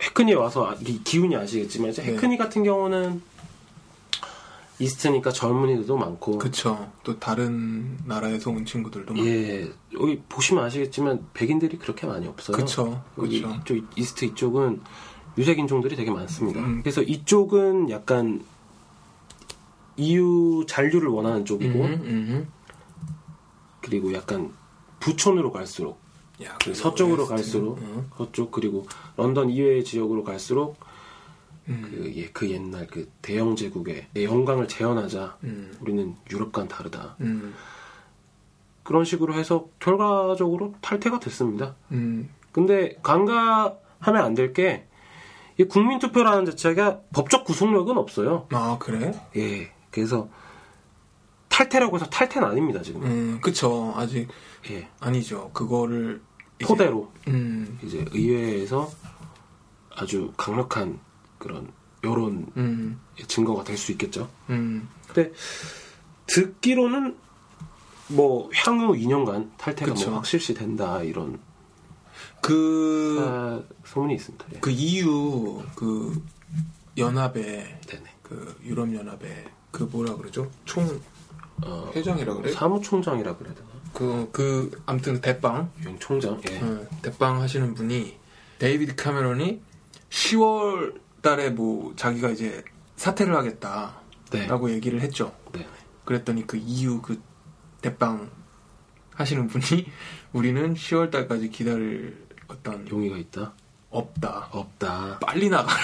해크니 와서 아- 이 기운이 아시겠지만 이제
네.
해크니 같은 경우는 이스트니까 젊은이들도 많고
그쵸. 또 다른 나라에서 온 친구들도 많고.
예 여기 보시면 아시겠지만 백인들이 그렇게 많이 없어요.
그쵸.
여기
그쵸.
이쪽 이스트 이쪽은 유색 인종들이 되게 많습니다.
음.
그래서 이쪽은 약간 EU 잔류를 원하는 쪽이고
음, 음.
그리고 약간 부촌으로 갈수록
야,
그 서쪽으로
웨스트는,
갈수록
어.
서쪽 그리고 런던 이외의 지역으로 갈수록
음.
그, 예, 그 옛날 그 대영 제국의 영광을 재현하자
음.
우리는 유럽과는 다르다
음.
그런 식으로 해서 결과적으로 탈퇴가 됐습니다.
음.
근데 간과하면 안 될 게 국민투표라는 자체가 법적 구속력은 없어요.
아, 그래?
예. 그래서 탈퇴라고 해서 탈퇴는 아닙니다 지금.
음, 그쵸. 아직
예.
아니죠. 그거를 이제-
토대로
음.
이제 의회에서 아주 강력한 그런 여론
음.
증거가 될 수 있겠죠.
음.
근데 듣기로는 뭐 향후 2년간 탈퇴가
그쵸.
뭐 확실시 된다 이런
그
아, 소문이 있습니다. 예.
그 EU 그 연합에
네네.
그 유럽 연합에 그 뭐라 그러죠? 총
어,
회장이라 그래?
사무총장이라 그래야 되나?
그, 그, 암튼, 대빵.
유엔 총장. 예.
어, 대빵 하시는 분이, 데이비드 카메론이 10월 달에 뭐, 자기가 이제 사퇴를 하겠다.
네.
라고 얘기를 했죠.
네.
그랬더니 그 EU 그 대빵 하시는 분이, [LAUGHS] 우리는 10월 달까지 기다릴 어떤,
용의가 있다.
없다.
없다.
빨리 나가라.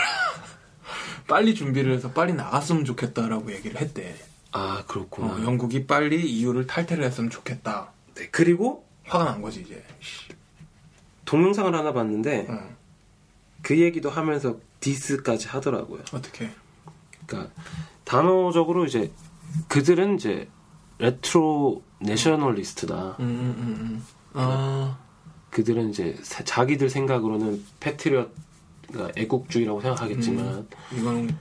[LAUGHS] 빨리 준비를 해서 빨리 나갔으면 좋겠다라고 얘기를 했대.
아
어,
그렇구나.
영국이 빨리 EU를 탈퇴를 했으면 좋겠다.
네, 그리고
화가 난 거지 이제. 어, 씨.
동영상을 하나 봤는데
응.
그 얘기도 하면서 디스까지 하더라고요.
어떻게?
그러니까 단어적으로 이제 그들은 이제 레트로 내셔널리스트다.
음, 음, 음, 음. 아,
그들은 이제 사- 자기들 생각으로는 패트리엇 그러니까 애국주의라고
음.
생각하겠지만
이건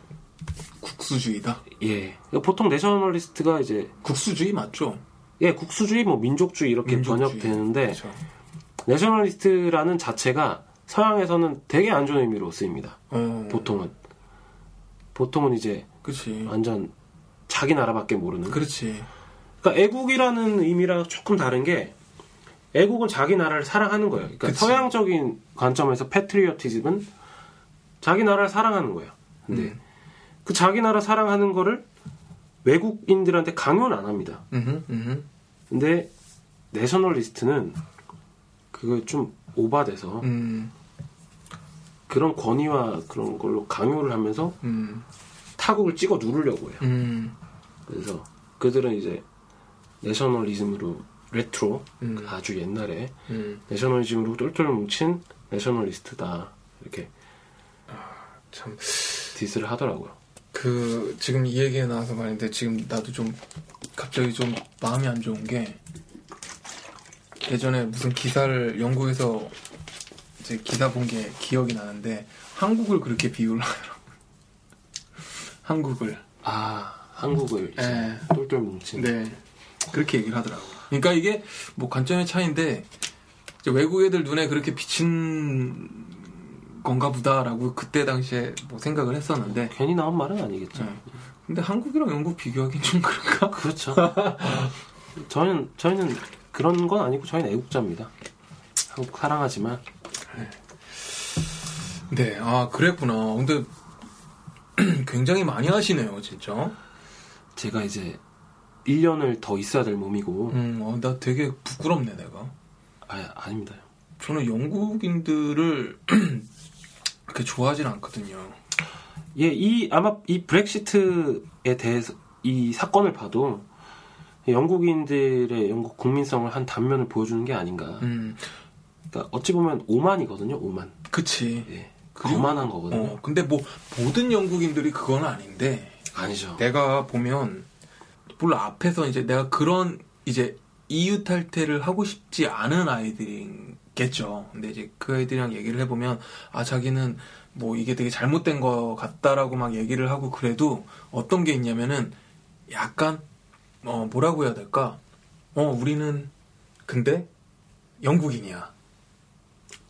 국수주의다.
예 그러니까 보통 내셔널리스트가 이제
국수주의 맞죠?
예 국수주의 뭐 민족주의 이렇게
민족주의.
번역되는데
그렇죠.
내셔널리스트라는 자체가 서양에서는 되게 안 좋은 의미로 쓰입니다.
어,
보통은 보통은 이제
그렇지.
완전 자기 나라밖에 모르는
그렇지.
그러니까 애국이라는 의미랑 조금 다른 게 애국은 자기 나라를 사랑하는 거예요. 그러니까
그치.
서양적인 관점에서 패트리어티즘은 자기 나라를 사랑하는 거예요. 근데
음.
그 자기 나라 사랑하는 거를 외국인들한테 강요는 안 합니다.
음, 음,
근데 내셔널리스트는 그게 좀 오바돼서
음,
그런 권위와 그런 걸로 강요를 하면서
음,
타국을 찍어 누르려고 해요.
음,
그래서 그들은 이제 내셔널리즘으로 레트로 그
음.
아주 옛날에
음.
내셔널리즘으로 똘똘 뭉친 내셔널리스트다 이렇게
참.
디스를 하더라고요.
그 지금 이 얘기에 나와서 말인데 지금 나도 좀 갑자기 좀 마음이 안 좋은 게 예전에 무슨 기사를 영국에서 이제 기사 본 게 기억이 나는데 한국을 그렇게 비유를 하더라고 한국을
아 한국을 이제
예.
똘똘 뭉친
네 그렇게 얘기를 하더라고 그러니까 이게 뭐 관점의 차이인데 이제 외국 애들 눈에 그렇게 비친 건가 보다라고 그때 당시에 뭐 생각을 했었는데
괜히 나온 말은 아니겠죠.
네. 근데 한국이랑 영국 비교하기엔 좀 그런가?
그렇죠. 저희는 저희는 그런 건 아니고 저희는 애국자입니다. 한국 사랑하지만
[LAUGHS] 네, 아, 그랬구나. 근데 [CLEARS THROAT] 굉장히 많이 하시네요, 진짜.
제가 이제 1년을 더 있어야 될 몸이고
음, 어, 나 되게 부끄럽네, 내가.
아 아닙니다.
저는 영국인들을 [CLEARS THROAT] 그렇게 좋아하진 않거든요.
예, 이 아마 이 브렉시트에 대해서 이 사건을 봐도 영국인들의 영국 국민성을 한 단면을 보여주는 게 아닌가.
음,
그러니까 어찌 보면 오만이거든요, 오만.
그치.
예,
그리고-
거만한 거거든요.
어, 근데 뭐, 모든 영국인들이 그건 아닌데,
아니죠.
내가 보면, 물론 앞에서 이제 내가 그런, 이제, EU 탈퇴를 하고 싶지 않은 아이들이겠죠. 근데 이제 그 아이들이랑 얘기를 해보면, 아, 자기는 뭐 이게 되게 잘못된 것 같다라고 막 얘기를 하고 그래도 어떤 게 있냐면은 약간, 어, 뭐라고 해야 될까? 어, 우리는 근데 영국인이야.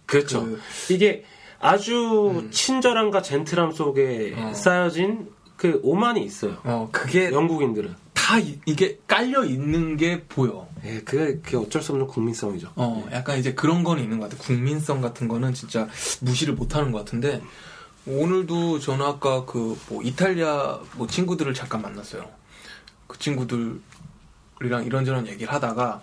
그렇죠.
그-
이게 아주 친절함과 젠틀함 속에
어.
쌓여진 그 오만이 있어요.
어, 그게
영국인들은.
다 이- 이게 깔려 있는 게 보여.
예, 그게, 그게 어쩔 수 없는 국민성이죠.
어, 약간 이제 그런 건 있는 것 같아. 국민성 같은 거는 진짜 무시를 못 하는 것 같은데, 오늘도 저는 아까 그 뭐 이탈리아 뭐 친구들을 잠깐 만났어요. 그 친구들이랑 이런저런 얘기를 하다가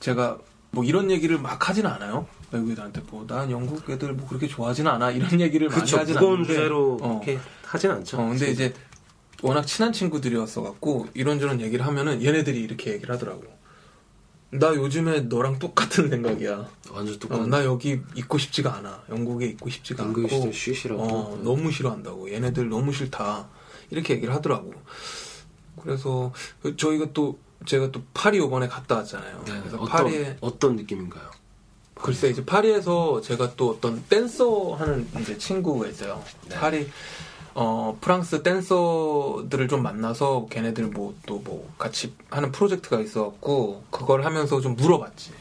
제가 뭐 이런 얘기를 막 하진 않아요. 외국인들한테 뭐 난 영국 애들 뭐 그렇게 좋아하진 않아 이런 얘기를
그쵸
많이 하진
무거운
않는데
주제로
어.
이렇게 하진 않죠.
어, 근데 이제 워낙 친한 친구들이었어 갖고 이런저런 얘기를 하면은 얘네들이 이렇게 얘기를 하더라고. 나 요즘에 너랑 똑같은 생각이야.
완전
어,
똑같은
나 여기 있고 싶지가 않아. 영국에 있고 싶지가 않고.
연극이 진짜 쉬시라고.
어, 너무 싫어한다고. 얘네들 너무 싫다. 이렇게 얘기를 하더라고. 그래서 그 저희가 또 제가 또 파리 요번에 갔다 왔잖아요.
네,
그래서
어떤
파리에
어떤 느낌인가요?
글쎄 이제 파리에서 제가 또 어떤 댄서 하는 이제 친구가 있어요.
네.
파리 어 프랑스 댄서들을 좀 만나서 걔네들 뭐 또 뭐 같이 하는 프로젝트가 있어갖고 그걸 하면서 좀 물어봤지.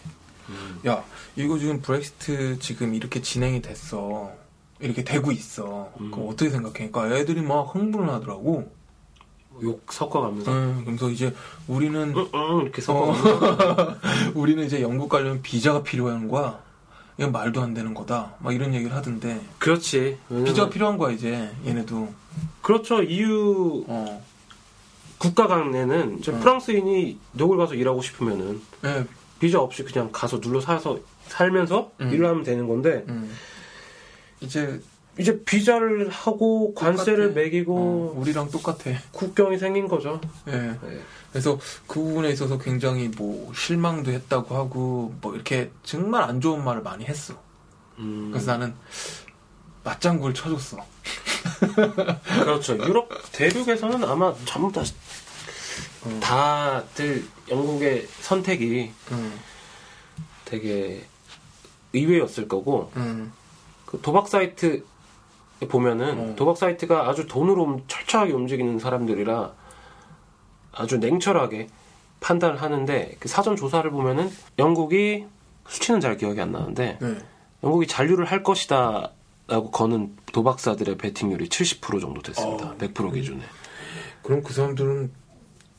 음,
야 이거 지금 브렉시트 지금 이렇게 진행이 됐어. 이렇게 되고 있어. 그럼 어떻게 생각해? 그러니까 애들이 막 흥분을 하더라고.
욕
음.
섞어가면서
응, 그러면서 이제 우리는
어,
응, 응, 이렇게 섞어가면서
[LAUGHS] 우리는 이제 영국 가려면 비자가 필요한 거야. 이건 말도 안 되는 거다. 막 이런 얘기를 하던데
그렇지. 왜냐면-
비자가 필요한 거야 이제 얘네도.
그렇죠. EU
어.
국가 간에는
음.
이제 프랑스인이 녹을 가서 일하고 싶으면은
네.
비자 없이 그냥 가서 눌러 사서 살면서
음.
일을 하면 되는 건데
음. 이제
이제 비자를 하고 관세를
똑같아.
매기고
어, 우리랑 똑같아.
국경이 생긴 거죠. 네.
예. 그래서 그 부분에 있어서 굉장히 뭐 실망도 했다고 하고 뭐 이렇게 정말 안 좋은 말을 많이 했어.
음,
그래서 나는 맞장구를 쳐줬어.
그렇죠. 유럽 대륙에서는 아마 전부 다 다들 영국의 선택이
음.
되게 의외였을 거고
음.
그 도박 사이트 보면은
음.
도박 사이트가 아주 돈으로 움- 철저하게 움직이는 사람들이라 아주 냉철하게 판단을 하는데 그 사전 조사를 보면은 영국이 수치는 잘 기억이 안 나는데
네.
영국이 잔류를 할 것이다. 라고 거는 도박사들의 베팅률이 70% 정도 됐습니다.
어.
100% 기준에.
그럼 그 사람들은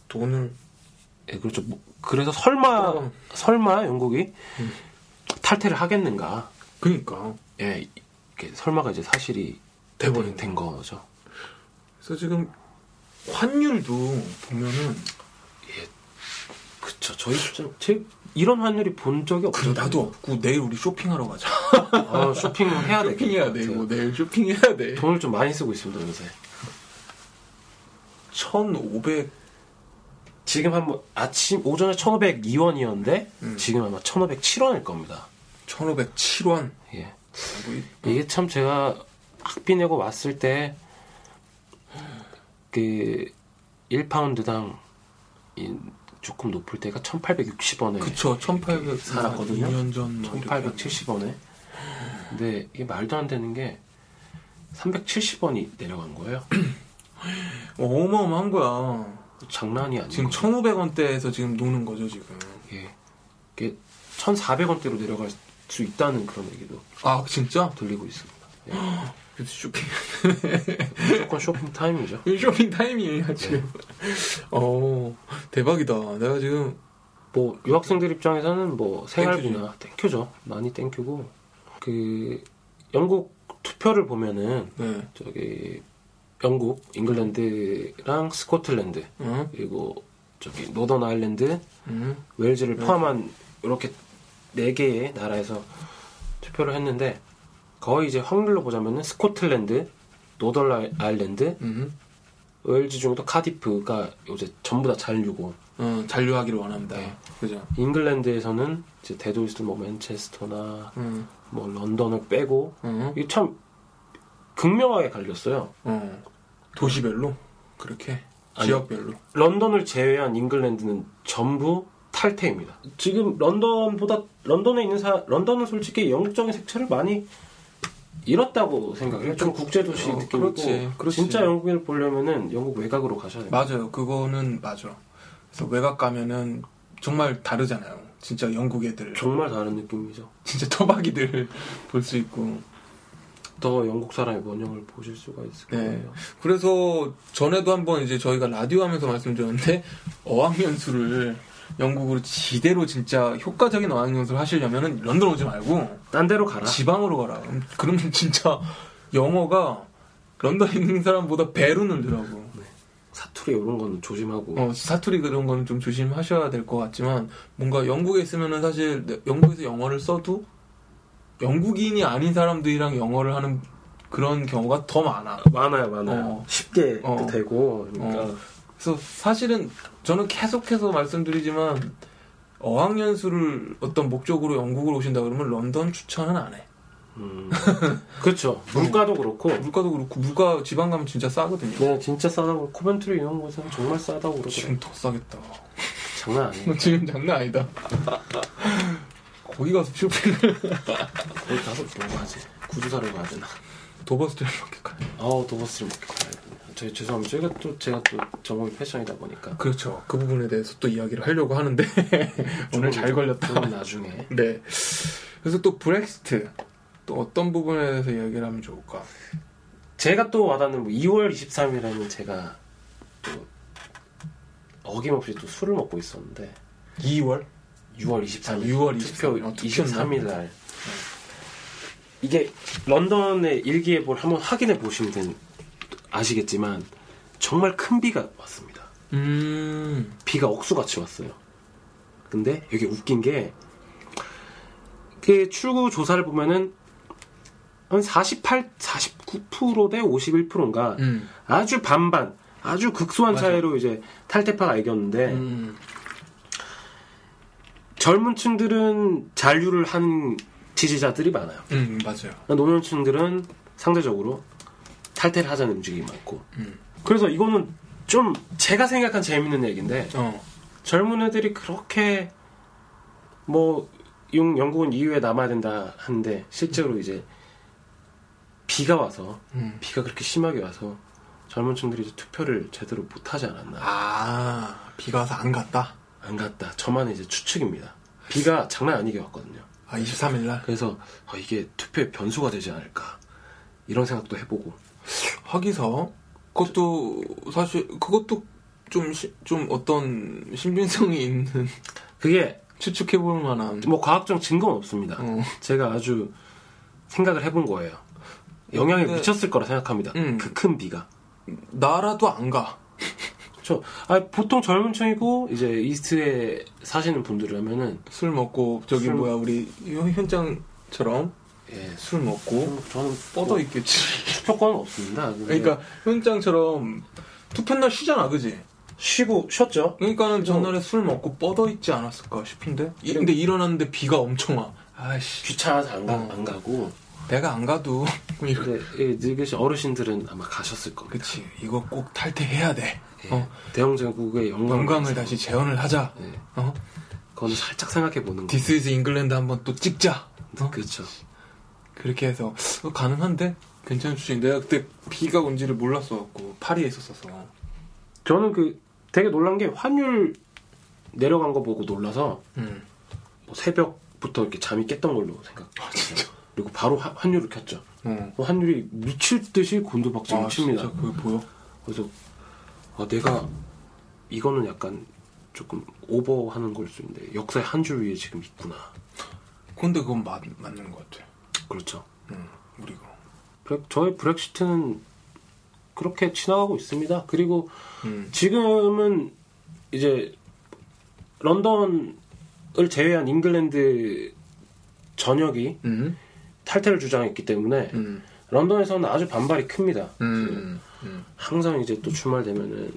돈을
예, 그렇죠. 뭐, 그래서 설마
어. 음.
설마 영국이 탈퇴를 하겠는가?
그니까.
예, 이렇게 설마가 이제 사실이
돼버린
된 거죠.
그래서 지금 환율도 보면은
그쵸. 저희 좀- 제 이런 환율이 본 적이
그래
없어요.
나도 없고 내일 우리 쇼핑하러 가자.
아, 쇼핑을 해야 돼.
쇼핑해야 돼. 이거 내일 쇼핑해야 돼.
돈을 좀 많이 쓰고 있습니다 요새.
1,500
지금 한번 아침 오전에 1,502원이었는데
음.
지금 아마 1,507원일 겁니다.
1,507원.
예.
뭐 이-
이게 참 제가 학비 내고 왔을 때 그 1파운드당 조금 높을 때가 1,860원에
그쵸 1,800
살았거든요.
2년 전
1870원에. 근데 이게 말도 안 되는 게 370원이 내려간 거예요.
어마어마한 거야.
그 장난이 아니에요.
지금 1,500원대에서 지금 노는 거죠 지금.
이게, 이게 1,400원대로 내려갈 수 있다는 그런 얘기도
아 진짜?
들리고 있습니다. 예.
그래서 쇼핑
무조건 쇼핑 타임이죠.
쇼핑 타이밍이야 지금. 어 대박이다. 내가 지금
뭐 유학생들 입장에서는 뭐 생활비나
땡큐죠.
땡큐죠. 많이 땡큐고 그 영국 투표를 보면은
네.
저기 영국, 잉글랜드랑 스코틀랜드
응?
그리고 저기 노던 아일랜드
응?
웨일즈를 포함한 이렇게 네 개의 나라에서 투표를 했는데 거의 이제 확률로 보자면은 스코틀랜드, 노덜 아일- 아일랜드,
응?
웨일즈 중에도 카디프가 요새 전부 다 잔류고
어, 잔류하기를 원합니다.
네.
그죠?
잉글랜드에서는 이제 대도시들 뭐 맨체스터나
응.
뭐 런던을 빼고
응.
이게 참 극명하게 갈렸어요.
어. 도시별로 그렇게
아니.
지역별로.
런던을 제외한 잉글랜드는 전부 탈퇴입니다. 지금 런던보다 런던에 있는 사 런던은 솔직히 영국적인 색채를 많이 잃었다고 생각해요. 좀 국제 도시
어,
느낌이고
그렇지, 그렇지.
진짜 영국인을 보려면은 영국 외곽으로 가셔야 돼요.
맞아요. 그거는 맞아. 그래서 외곽 가면은 정말 다르잖아요. 진짜 영국 애들,
정말 다른 느낌이죠.
진짜 토박이들 [LAUGHS] 볼 수 있고.
더 영국 사람의 원형을 보실 수가 있을
네.
거예요.
그래서 전에도 한번 이제 저희가 라디오 하면서 말씀드렸는데 [LAUGHS] 어학연수를 영국으로 지대로 진짜 효과적인 어학연수를 하시려면은 런던 오지 말고
딴 데로 가라.
지방으로 가라. 그럼- 그러면 진짜 영어가 런던에 있는 사람보다 배로 늘더라고.
사투리 이런 거는
뭐
조심하고
어, 사투리 그런 거는 좀 조심하셔야 될 것 같지만 뭔가 영국에 있으면은 사실 내- 영국에서 영어를 써도 영국인이 아닌 사람들이랑 영어를 하는 그런 경우가 더 많아.
많아요, 많아요.
어.
쉽게
어.
되고 그러니까
어. 그래서 사실은 저는 계속해서 말씀드리지만 어학연수를 어떤 목적으로 영국으로 오신다 그러면 런던 추천은 안 해.
음,
[LAUGHS] 그렇죠.
물가도 그렇고
물가도 그렇고 물가 지방 가면 진짜 싸거든요.
네, 진짜 싸다고 코벤트리 이런 곳은 정말 싸다고 그러더라고요.
지금 더 싸겠다. [LAUGHS]
장난 아니에요.
지금 장난 아니다. [LAUGHS] 거기 가서 쇼핑을
거기 가서 뭐 하지? 구주사를 가야 되나?
도버스텔밖에 가.
아우 도버스를 먹게 가야 되나? 저 죄송합니다. 저희가 또 제가 또 전공이 패션이다 보니까
그렇죠. 그 부분에 대해서 또 이야기를 하려고 하는데 [LAUGHS] 오늘 잘 걸렸다.
그건 나중에
[LAUGHS] 네. 그래서 또 브렉시트 또 어떤 부분에 대해서 이야기를 하면 좋을까?
제가 또 와닿는 뭐 2월 23일에는 제가 또 어김없이 또 술을 먹고 있었는데
2월
6월 23일
6월 23일.
투표 네.
아, 투표였나?
23일 날 이게 런던의 일기예보를 한번 확인해 보시면 된- 아시겠지만 정말 큰 비가 왔습니다.
음.
비가 억수같이 왔어요. 근데 이게 웃긴 게, 그 출구 조사를 보면은 한 48, 49%대 51%인가
음.
아주 반반, 아주 극소한
맞아.
차이로 이제 탈퇴파가 이겼는데
음.
젊은 층들은 잔류를 한 지지자들이 많아요.
음, 맞아요.
노년층들은 상대적으로 탈퇴를 하자는 움직임이 많고.
음.
그래서 이거는 좀 제가 생각한 재밌는 얘기인데
어.
젊은 애들이 그렇게 뭐 영- 영국은 EU에 남아야 된다 하는데 실제로 이제 비가 와서
음.
비가 그렇게 심하게 와서 젊은 층들이 이제 투표를 제대로 못하지 않았나
아, 비가 와서 안 갔다.
안 갔다 저만의 이제 추측입니다 비가 장난 아니게 왔거든요
아, 23일 날.
그래서 아, 이게 투표의 변수가 되지 않을까 이런 생각도 해보고
하기사. 그것도 사실 그것도 좀, 시- 좀 어떤 신빙성이 있는 [LAUGHS]
그게
추측해 볼 만한.
뭐 과학적 증거는 없습니다
어.
제가 아주 생각을 해본 거예요 영향이
근데-
미쳤을 거라 생각합니다
네. 음.
그 큰 비가
나라도 안 가.
그렇죠. 아, 보통 젊은 층이고 이제 이스트에 사시는 분들이라면은
술 먹고 저기
술-
뭐야 우리 현- 현장처럼
예,
술 먹고
저는
뻗어
뻗어 있-
있겠지.
투표권은 없습니다.
[LAUGHS]
근데
그러니까 현장처럼 투표 날 쉬잖아, 그지?
쉬고 쉬었죠.
그러니까는 전날에 술 먹고 뻗어 있지 않았을까 싶은데. 이- 근데 일어났는데 비가 엄청 와. 아이씨,
귀찮아서 안, 가,
어.
안 가고
내가 안 가도 [LAUGHS] 이렇게.
근데 예, 늙으신 어르신들은 아마 가셨을 겁니다.
그치, 이거 꼭 탈퇴해야 돼.
예,
어,
대형 제국의 영광을,
영광을
위해서.
다시 재현을 하자.
예,
어,
그건 살짝 생각해 보는 거.
디스 이즈 잉글랜드 한번 또 찍자. 어?
그렇죠.
그렇게 해서 어, 가능한데 괜찮은 추진. 내가 그때 비가 온지를 몰랐어갖고 파리에 있었어서.
저는 그 되게 놀란 게 환율 내려간 거 보고 놀라서
음.
뭐 새벽부터 이렇게 잠이 깼던 걸로 생각.
아 진짜.
그리고 바로 화- 환율을 켰죠.
어.
뭐 환율이 미칠 듯이 곤두박질
아,
칩니다.
진짜 그게 보여?
그래서 아, 내가 이거는 약간 조금 오버하는 걸 수 있는데 역사의 한 줄 위에 지금 있구나.
근데 그건 맞, 맞는 것 같아.
그렇죠.
응, 우리가.
브렉- 저의 브렉시트는 그렇게 지나가고 있습니다. 그리고
음.
지금은 이제 런던을 제외한 잉글랜드 전역이
음.
탈퇴를 주장했기 때문에
음.
런던에서는 아주 반발이 큽니다.
음. 음.
항상 이제 또 주말 되면은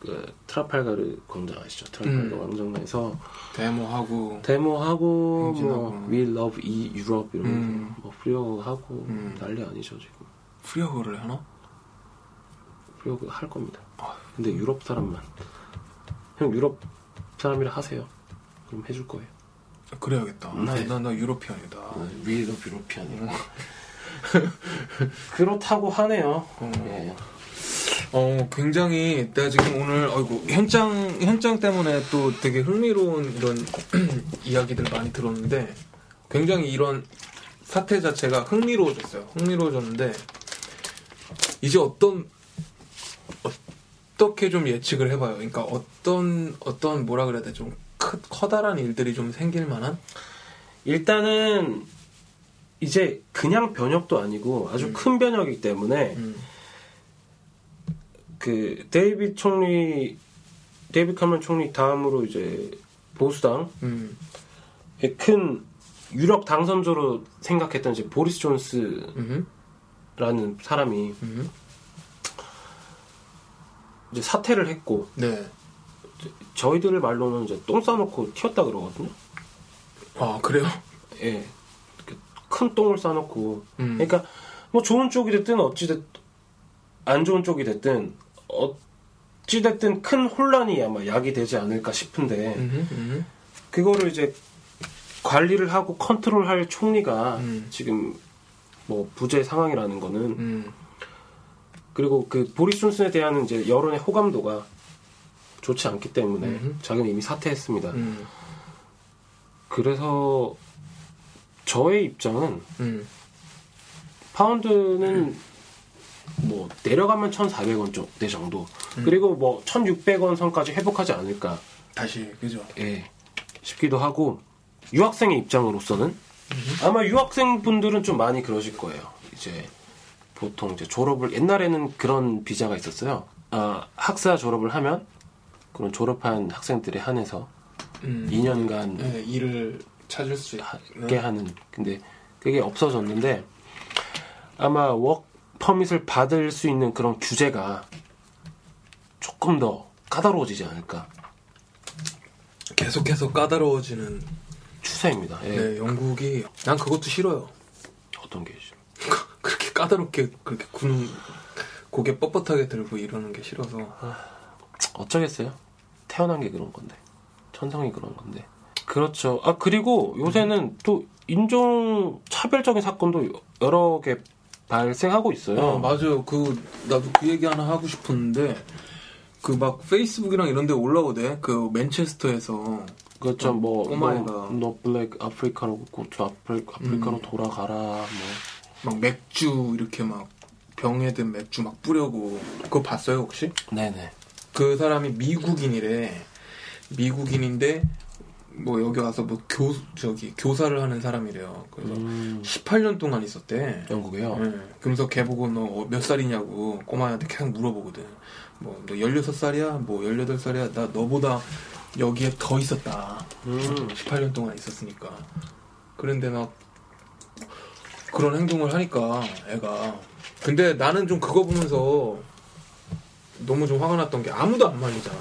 그 트라팔가르 광장 아시죠? 트라팔가르
음.
광장에서
데모하고.
데모하고 뭐
행진하고.
We Love E Europe 이런
음.
뭐 프리어하고
음.
난리 아니죠 지금
프리어를 하나?
프리어 할 겁니다.
아.
근데 유럽 사람만 형 유럽 사람이라 하세요. 그럼 해줄 거예요.
그래야겠다. 나,
네.
나, 나 유로피안이다.
We Love Europe 아니라 [LAUGHS] 그렇다고 하네요. 예.
어, 굉장히 내가 지금 오늘 아이고 현장 현장 때문에 또 되게 흥미로운 이런 [CLEARS THROAT] 이야기들 많이 들었는데 굉장히 이런 사태 자체가 흥미로워졌어요. 흥미로워졌는데 이제 어떤 어떻게 좀 예측을 해봐요. 그러니까 어떤 어떤 뭐라 그래야 돼? 좀 크, 커다란 일들이 좀 생길 만한.
일단은 이제 그냥 변혁도 아니고 아주 큰 변혁이기 때문에
음.
그 데이빗 총리 데이빗 카메론 총리 다음으로 이제 보수당의
음,
큰 유력 당선자로 생각했던 이제 보리스 존스라는
음,
사람이
음.
이제 사퇴를 했고
네.
저희들 말로는 이제 똥 싸놓고 튀었다 그러거든요.
아 그래요?
예. 이렇게 큰 똥을 싸놓고.
음.
그러니까 뭐 좋은 쪽이 됐든 어찌 됐, 안 좋은 쪽이 됐든 어찌 됐든 큰 혼란이 아마 약이 되지 않을까 싶은데
음, 음,
그거를 이제 관리를 하고 컨트롤할 총리가
음.
지금 뭐 부재 상황이라는 거는
음.
그리고 그 보리스 존슨에 대한 이제 여론의 호감도가 좋지 않기 때문에
음.
자기는 이미 사퇴했습니다.
음,
그래서 저의 입장은
음.
파운드는 뭐 내려가면 1,400원 대 정도 그리고 뭐 1,600원 선까지 회복하지 않을까
다시 그죠?
예, 싶기도 하고 유학생의 입장으로서는 아마 유학생 분들은 좀 많이 그러실 거예요. 이제 보통 이제 졸업을 옛날에는 그런 비자가 있었어요. 아, 학사 졸업을 하면 그런 졸업한 학생들에 한해서
음.
2년간
네, 일을 찾을 수 네.
하게 하는 근데 그게 없어졌는데 아마 워크 퍼밋을 받을 수 있는 그런 규제가 조금 더 까다로워지지 않을까
계속해서 까다로워지는
추세입니다. 예.
네, 영국이 난 그것도 싫어요.
어떤 게 있죠?
그렇게 까다롭게 그렇게 구는 고개 뻣뻣하게 들고 이러는 게 싫어서
어쩌겠어요? 태어난 게 그런 건데 천성이 그런 건데 그렇죠. 아 그리고 요새는
음.
또 인종 차별적인 사건도 여러 개 발생하고 있어요.
어, 맞아요. 그 나도 그 얘기 하나 하고 싶었는데 그 막 페이스북이랑 이런 데 올라오대. 그 맨체스터에서
그렇죠. 뭐,
꼬마애가.
뭐, 너 블랙 아프리카로, 고추 아프리,
음.
아프리카로 돌아가라, 뭐.
막 맥주 이렇게 막 병에 든 맥주 막 뿌려고 그거 봤어요, 혹시?
네네.
그 사람이 미국인이래. 미국인인데 뭐 여기 와서 뭐 교 저기 교사를 하는 사람이래요. 그래서
음.
18년 동안 있었대.
영국이요?
네. 그러면서 걔 보고 너 어, 몇 살이냐고 꼬마한테 계속 물어보거든. 뭐 너 16살이야? 뭐 18살이야? 나 너보다 여기에 더 있었다.
음,
18년 동안 있었으니까. 그런데 막 그런 행동을 하니까 애가 근데 나는 좀 그거 보면서 너무 좀 화가 났던 게 아무도 안 말리잖아.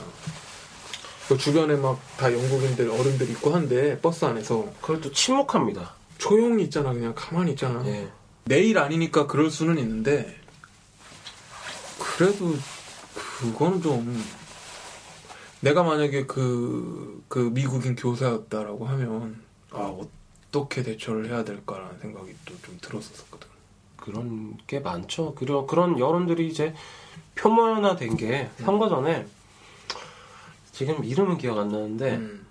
그 주변에 막 다 영국인들 어른들 있고 한데 버스 안에서
그걸 또 침묵합니다.
조용히 있잖아 그냥 가만히 있잖아.
예.
내일 아니니까 그럴 수는 있는데 그래도 그거는 좀 내가 만약에 그, 그 미국인 교사였다라고 하면 아 어떻게 대처를 해야 될까라는 생각이 또 좀 들었었거든.
그런 게 많죠. 그런, 그런 여론들이 이제 표면화된 게 선거 전에 지금 이름은 기억 안 나는데
음.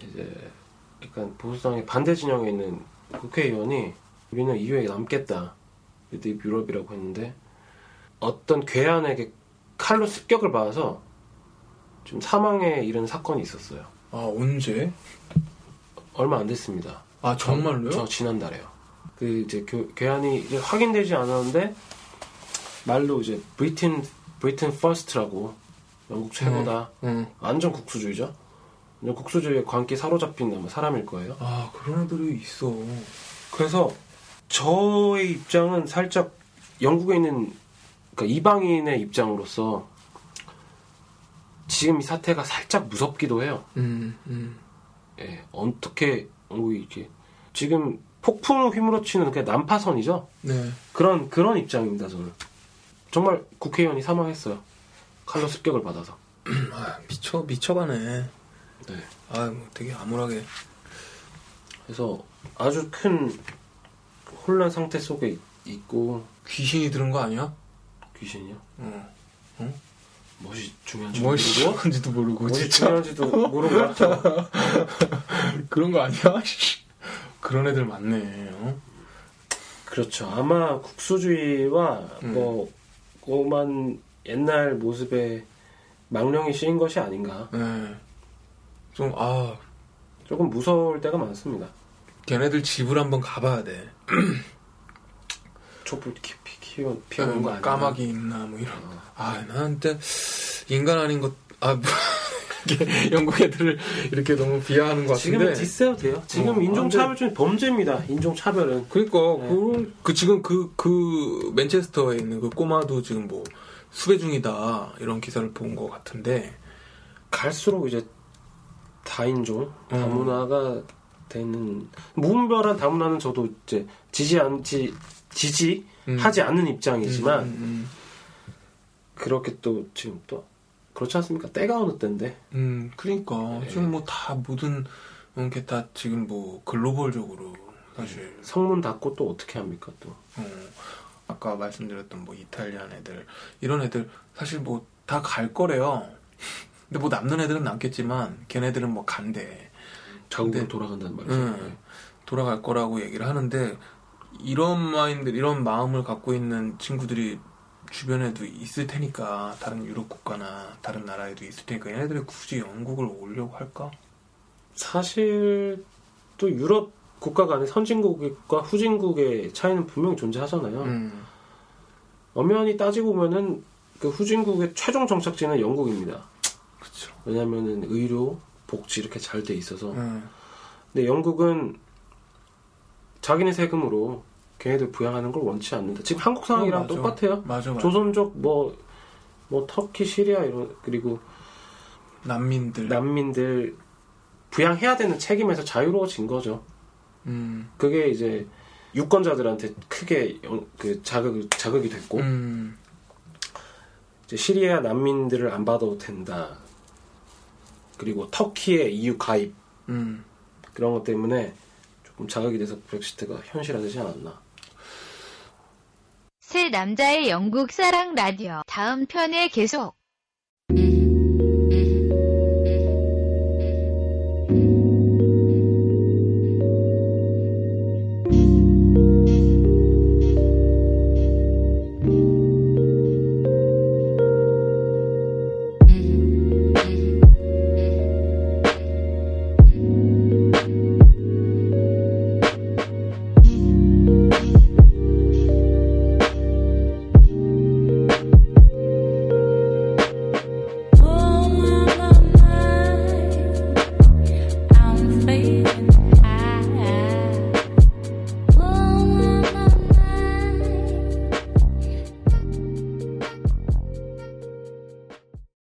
이제 약간 보수당의 반대 진영에 있는 국회의원이 우리는 EU에 남겠다. 리드 유럽이라고 했는데 어떤 괴한에게 칼로 습격을 받아서 좀 사망에 이른 사건이 있었어요.
아 언제?
얼마 안 됐습니다.
아 정말로요?
저 지난달에요. 그 이제 교- 괴한이 이제 확인되지 않았는데 말로 이제 브리튼 브리튼 퍼스트라고 영국 최고다.
응.
완전 국수주의죠. 완전 국수주의에 광기 사로잡힌 아마 사람일 거예요.
아 그런 애들이 있어.
그래서 저의 입장은 살짝 영국에 있는 그러니까 이방인의 입장으로서 지금 이 사태가 살짝 무섭기도 해요.
음, 음,
예, 어떻게 영국이 이렇게 지금 폭풍을 휘몰아치는 그 난파선이죠.
네.
그런 그런 입장입니다. 저는 정말 국회의원이 사망했어요. 칼로 습격을 받아서.
아 미쳐 미쳐가네.
네.
아뭐 되게 암울하게.
그래서 아주 큰 혼란 상태 속에 있고
귀신이 들은 거 아니야?
귀신이요.
어.
무엇이 중요한지
뭘
모르고
시작한지도 모르고
어디
진짜.
중요한지도 모르고 왔죠.
그런 거 아니야? [LAUGHS] 그런 애들 많네. 어?
그렇죠. 아마 국수주의와
음.
뭐 오만 옛날 모습에 망령이 씌인 것이 아닌가.
네. 좀, 아,
조금 무서울 때가 많습니다.
걔네들 집을 한번 가봐야 돼.
촛불 깊이 기
피워 피워온 거 아니야?
뭐 까마귀 있나 뭐 이런.
어.
아 나한테 인간 아닌 것. 아 뭐, [LAUGHS] 이렇게 영국 애들을 이렇게 너무 비하하는 것
지금
같은데.
디스해도 돼요. 지금
어,
인종차별은 범죄입니다. 인종차별은.
그러니까
네.
그런 그 지금 그 그 맨체스터에 있는 그 꼬마도 지금 뭐 수배 중이다 이런 기사를 본 것 같은데.
갈수록 이제
음.
다인종
다문화가 되는 무분별한 다문화는 저도 이제 지지 않지 지지
음.
하지 않는 입장이지만
음,
그렇게 또 지금 또 그렇지 않습니까? 때가 어느 때인데
음, 음, 그러니까 지금 뭐 다 모든 어, 게 다 지금 뭐 글로벌적으로 사실
성문 닫고 또 어떻게 합니까 또?
어, 아까 말씀드렸던 뭐 이탈리안 애들 이런 애들 사실 뭐 다 갈 거래요. 근데 뭐 남는 애들은 남겠지만 걔네들은 뭐 간대.
자국으로
네.
돌아간다는 말이죠.
음, 돌아갈 거라고 얘기를 하는데 이런 마인드 이런 마음을 갖고 있는 친구들이 주변에도 있을 테니까 다른 유럽 국가나 다른 나라에도 있을 테니까 얘네들이 굳이 영국을 오려고 할까?
사실 또 유럽 국가 간의 선진국과 후진국의 차이는 분명히 존재하잖아요.
음,
엄연히 따지고 보면은 그 후진국의 최종 정착지는 영국입니다.
그렇죠.
왜냐면은 의료, 복지 이렇게 잘 돼 있어서.
음,
근데 영국은 자기네 세금으로 걔네들 부양하는 걸 원치 않는다. 지금 한국 상황이랑
맞아.
똑같아요.
맞아 맞아.
조선족 뭐, 뭐 터키, 시리아 이런 그리고
난민들.
난민들 부양해야 되는 책임에서 자유로워진 거죠.
음,
그게 이제 유권자들한테 크게 영- 그 자극 자극이 됐고
음,
이제 시리아 난민들을 안 받아도 된다. 그리고 터키의 EU 가입
음.
그런 것 때문에 조금 자극이 돼서 브렉시트가 현실화되지 않았나.
새 남자의 영국 사랑 라디오 다음 편에 계속.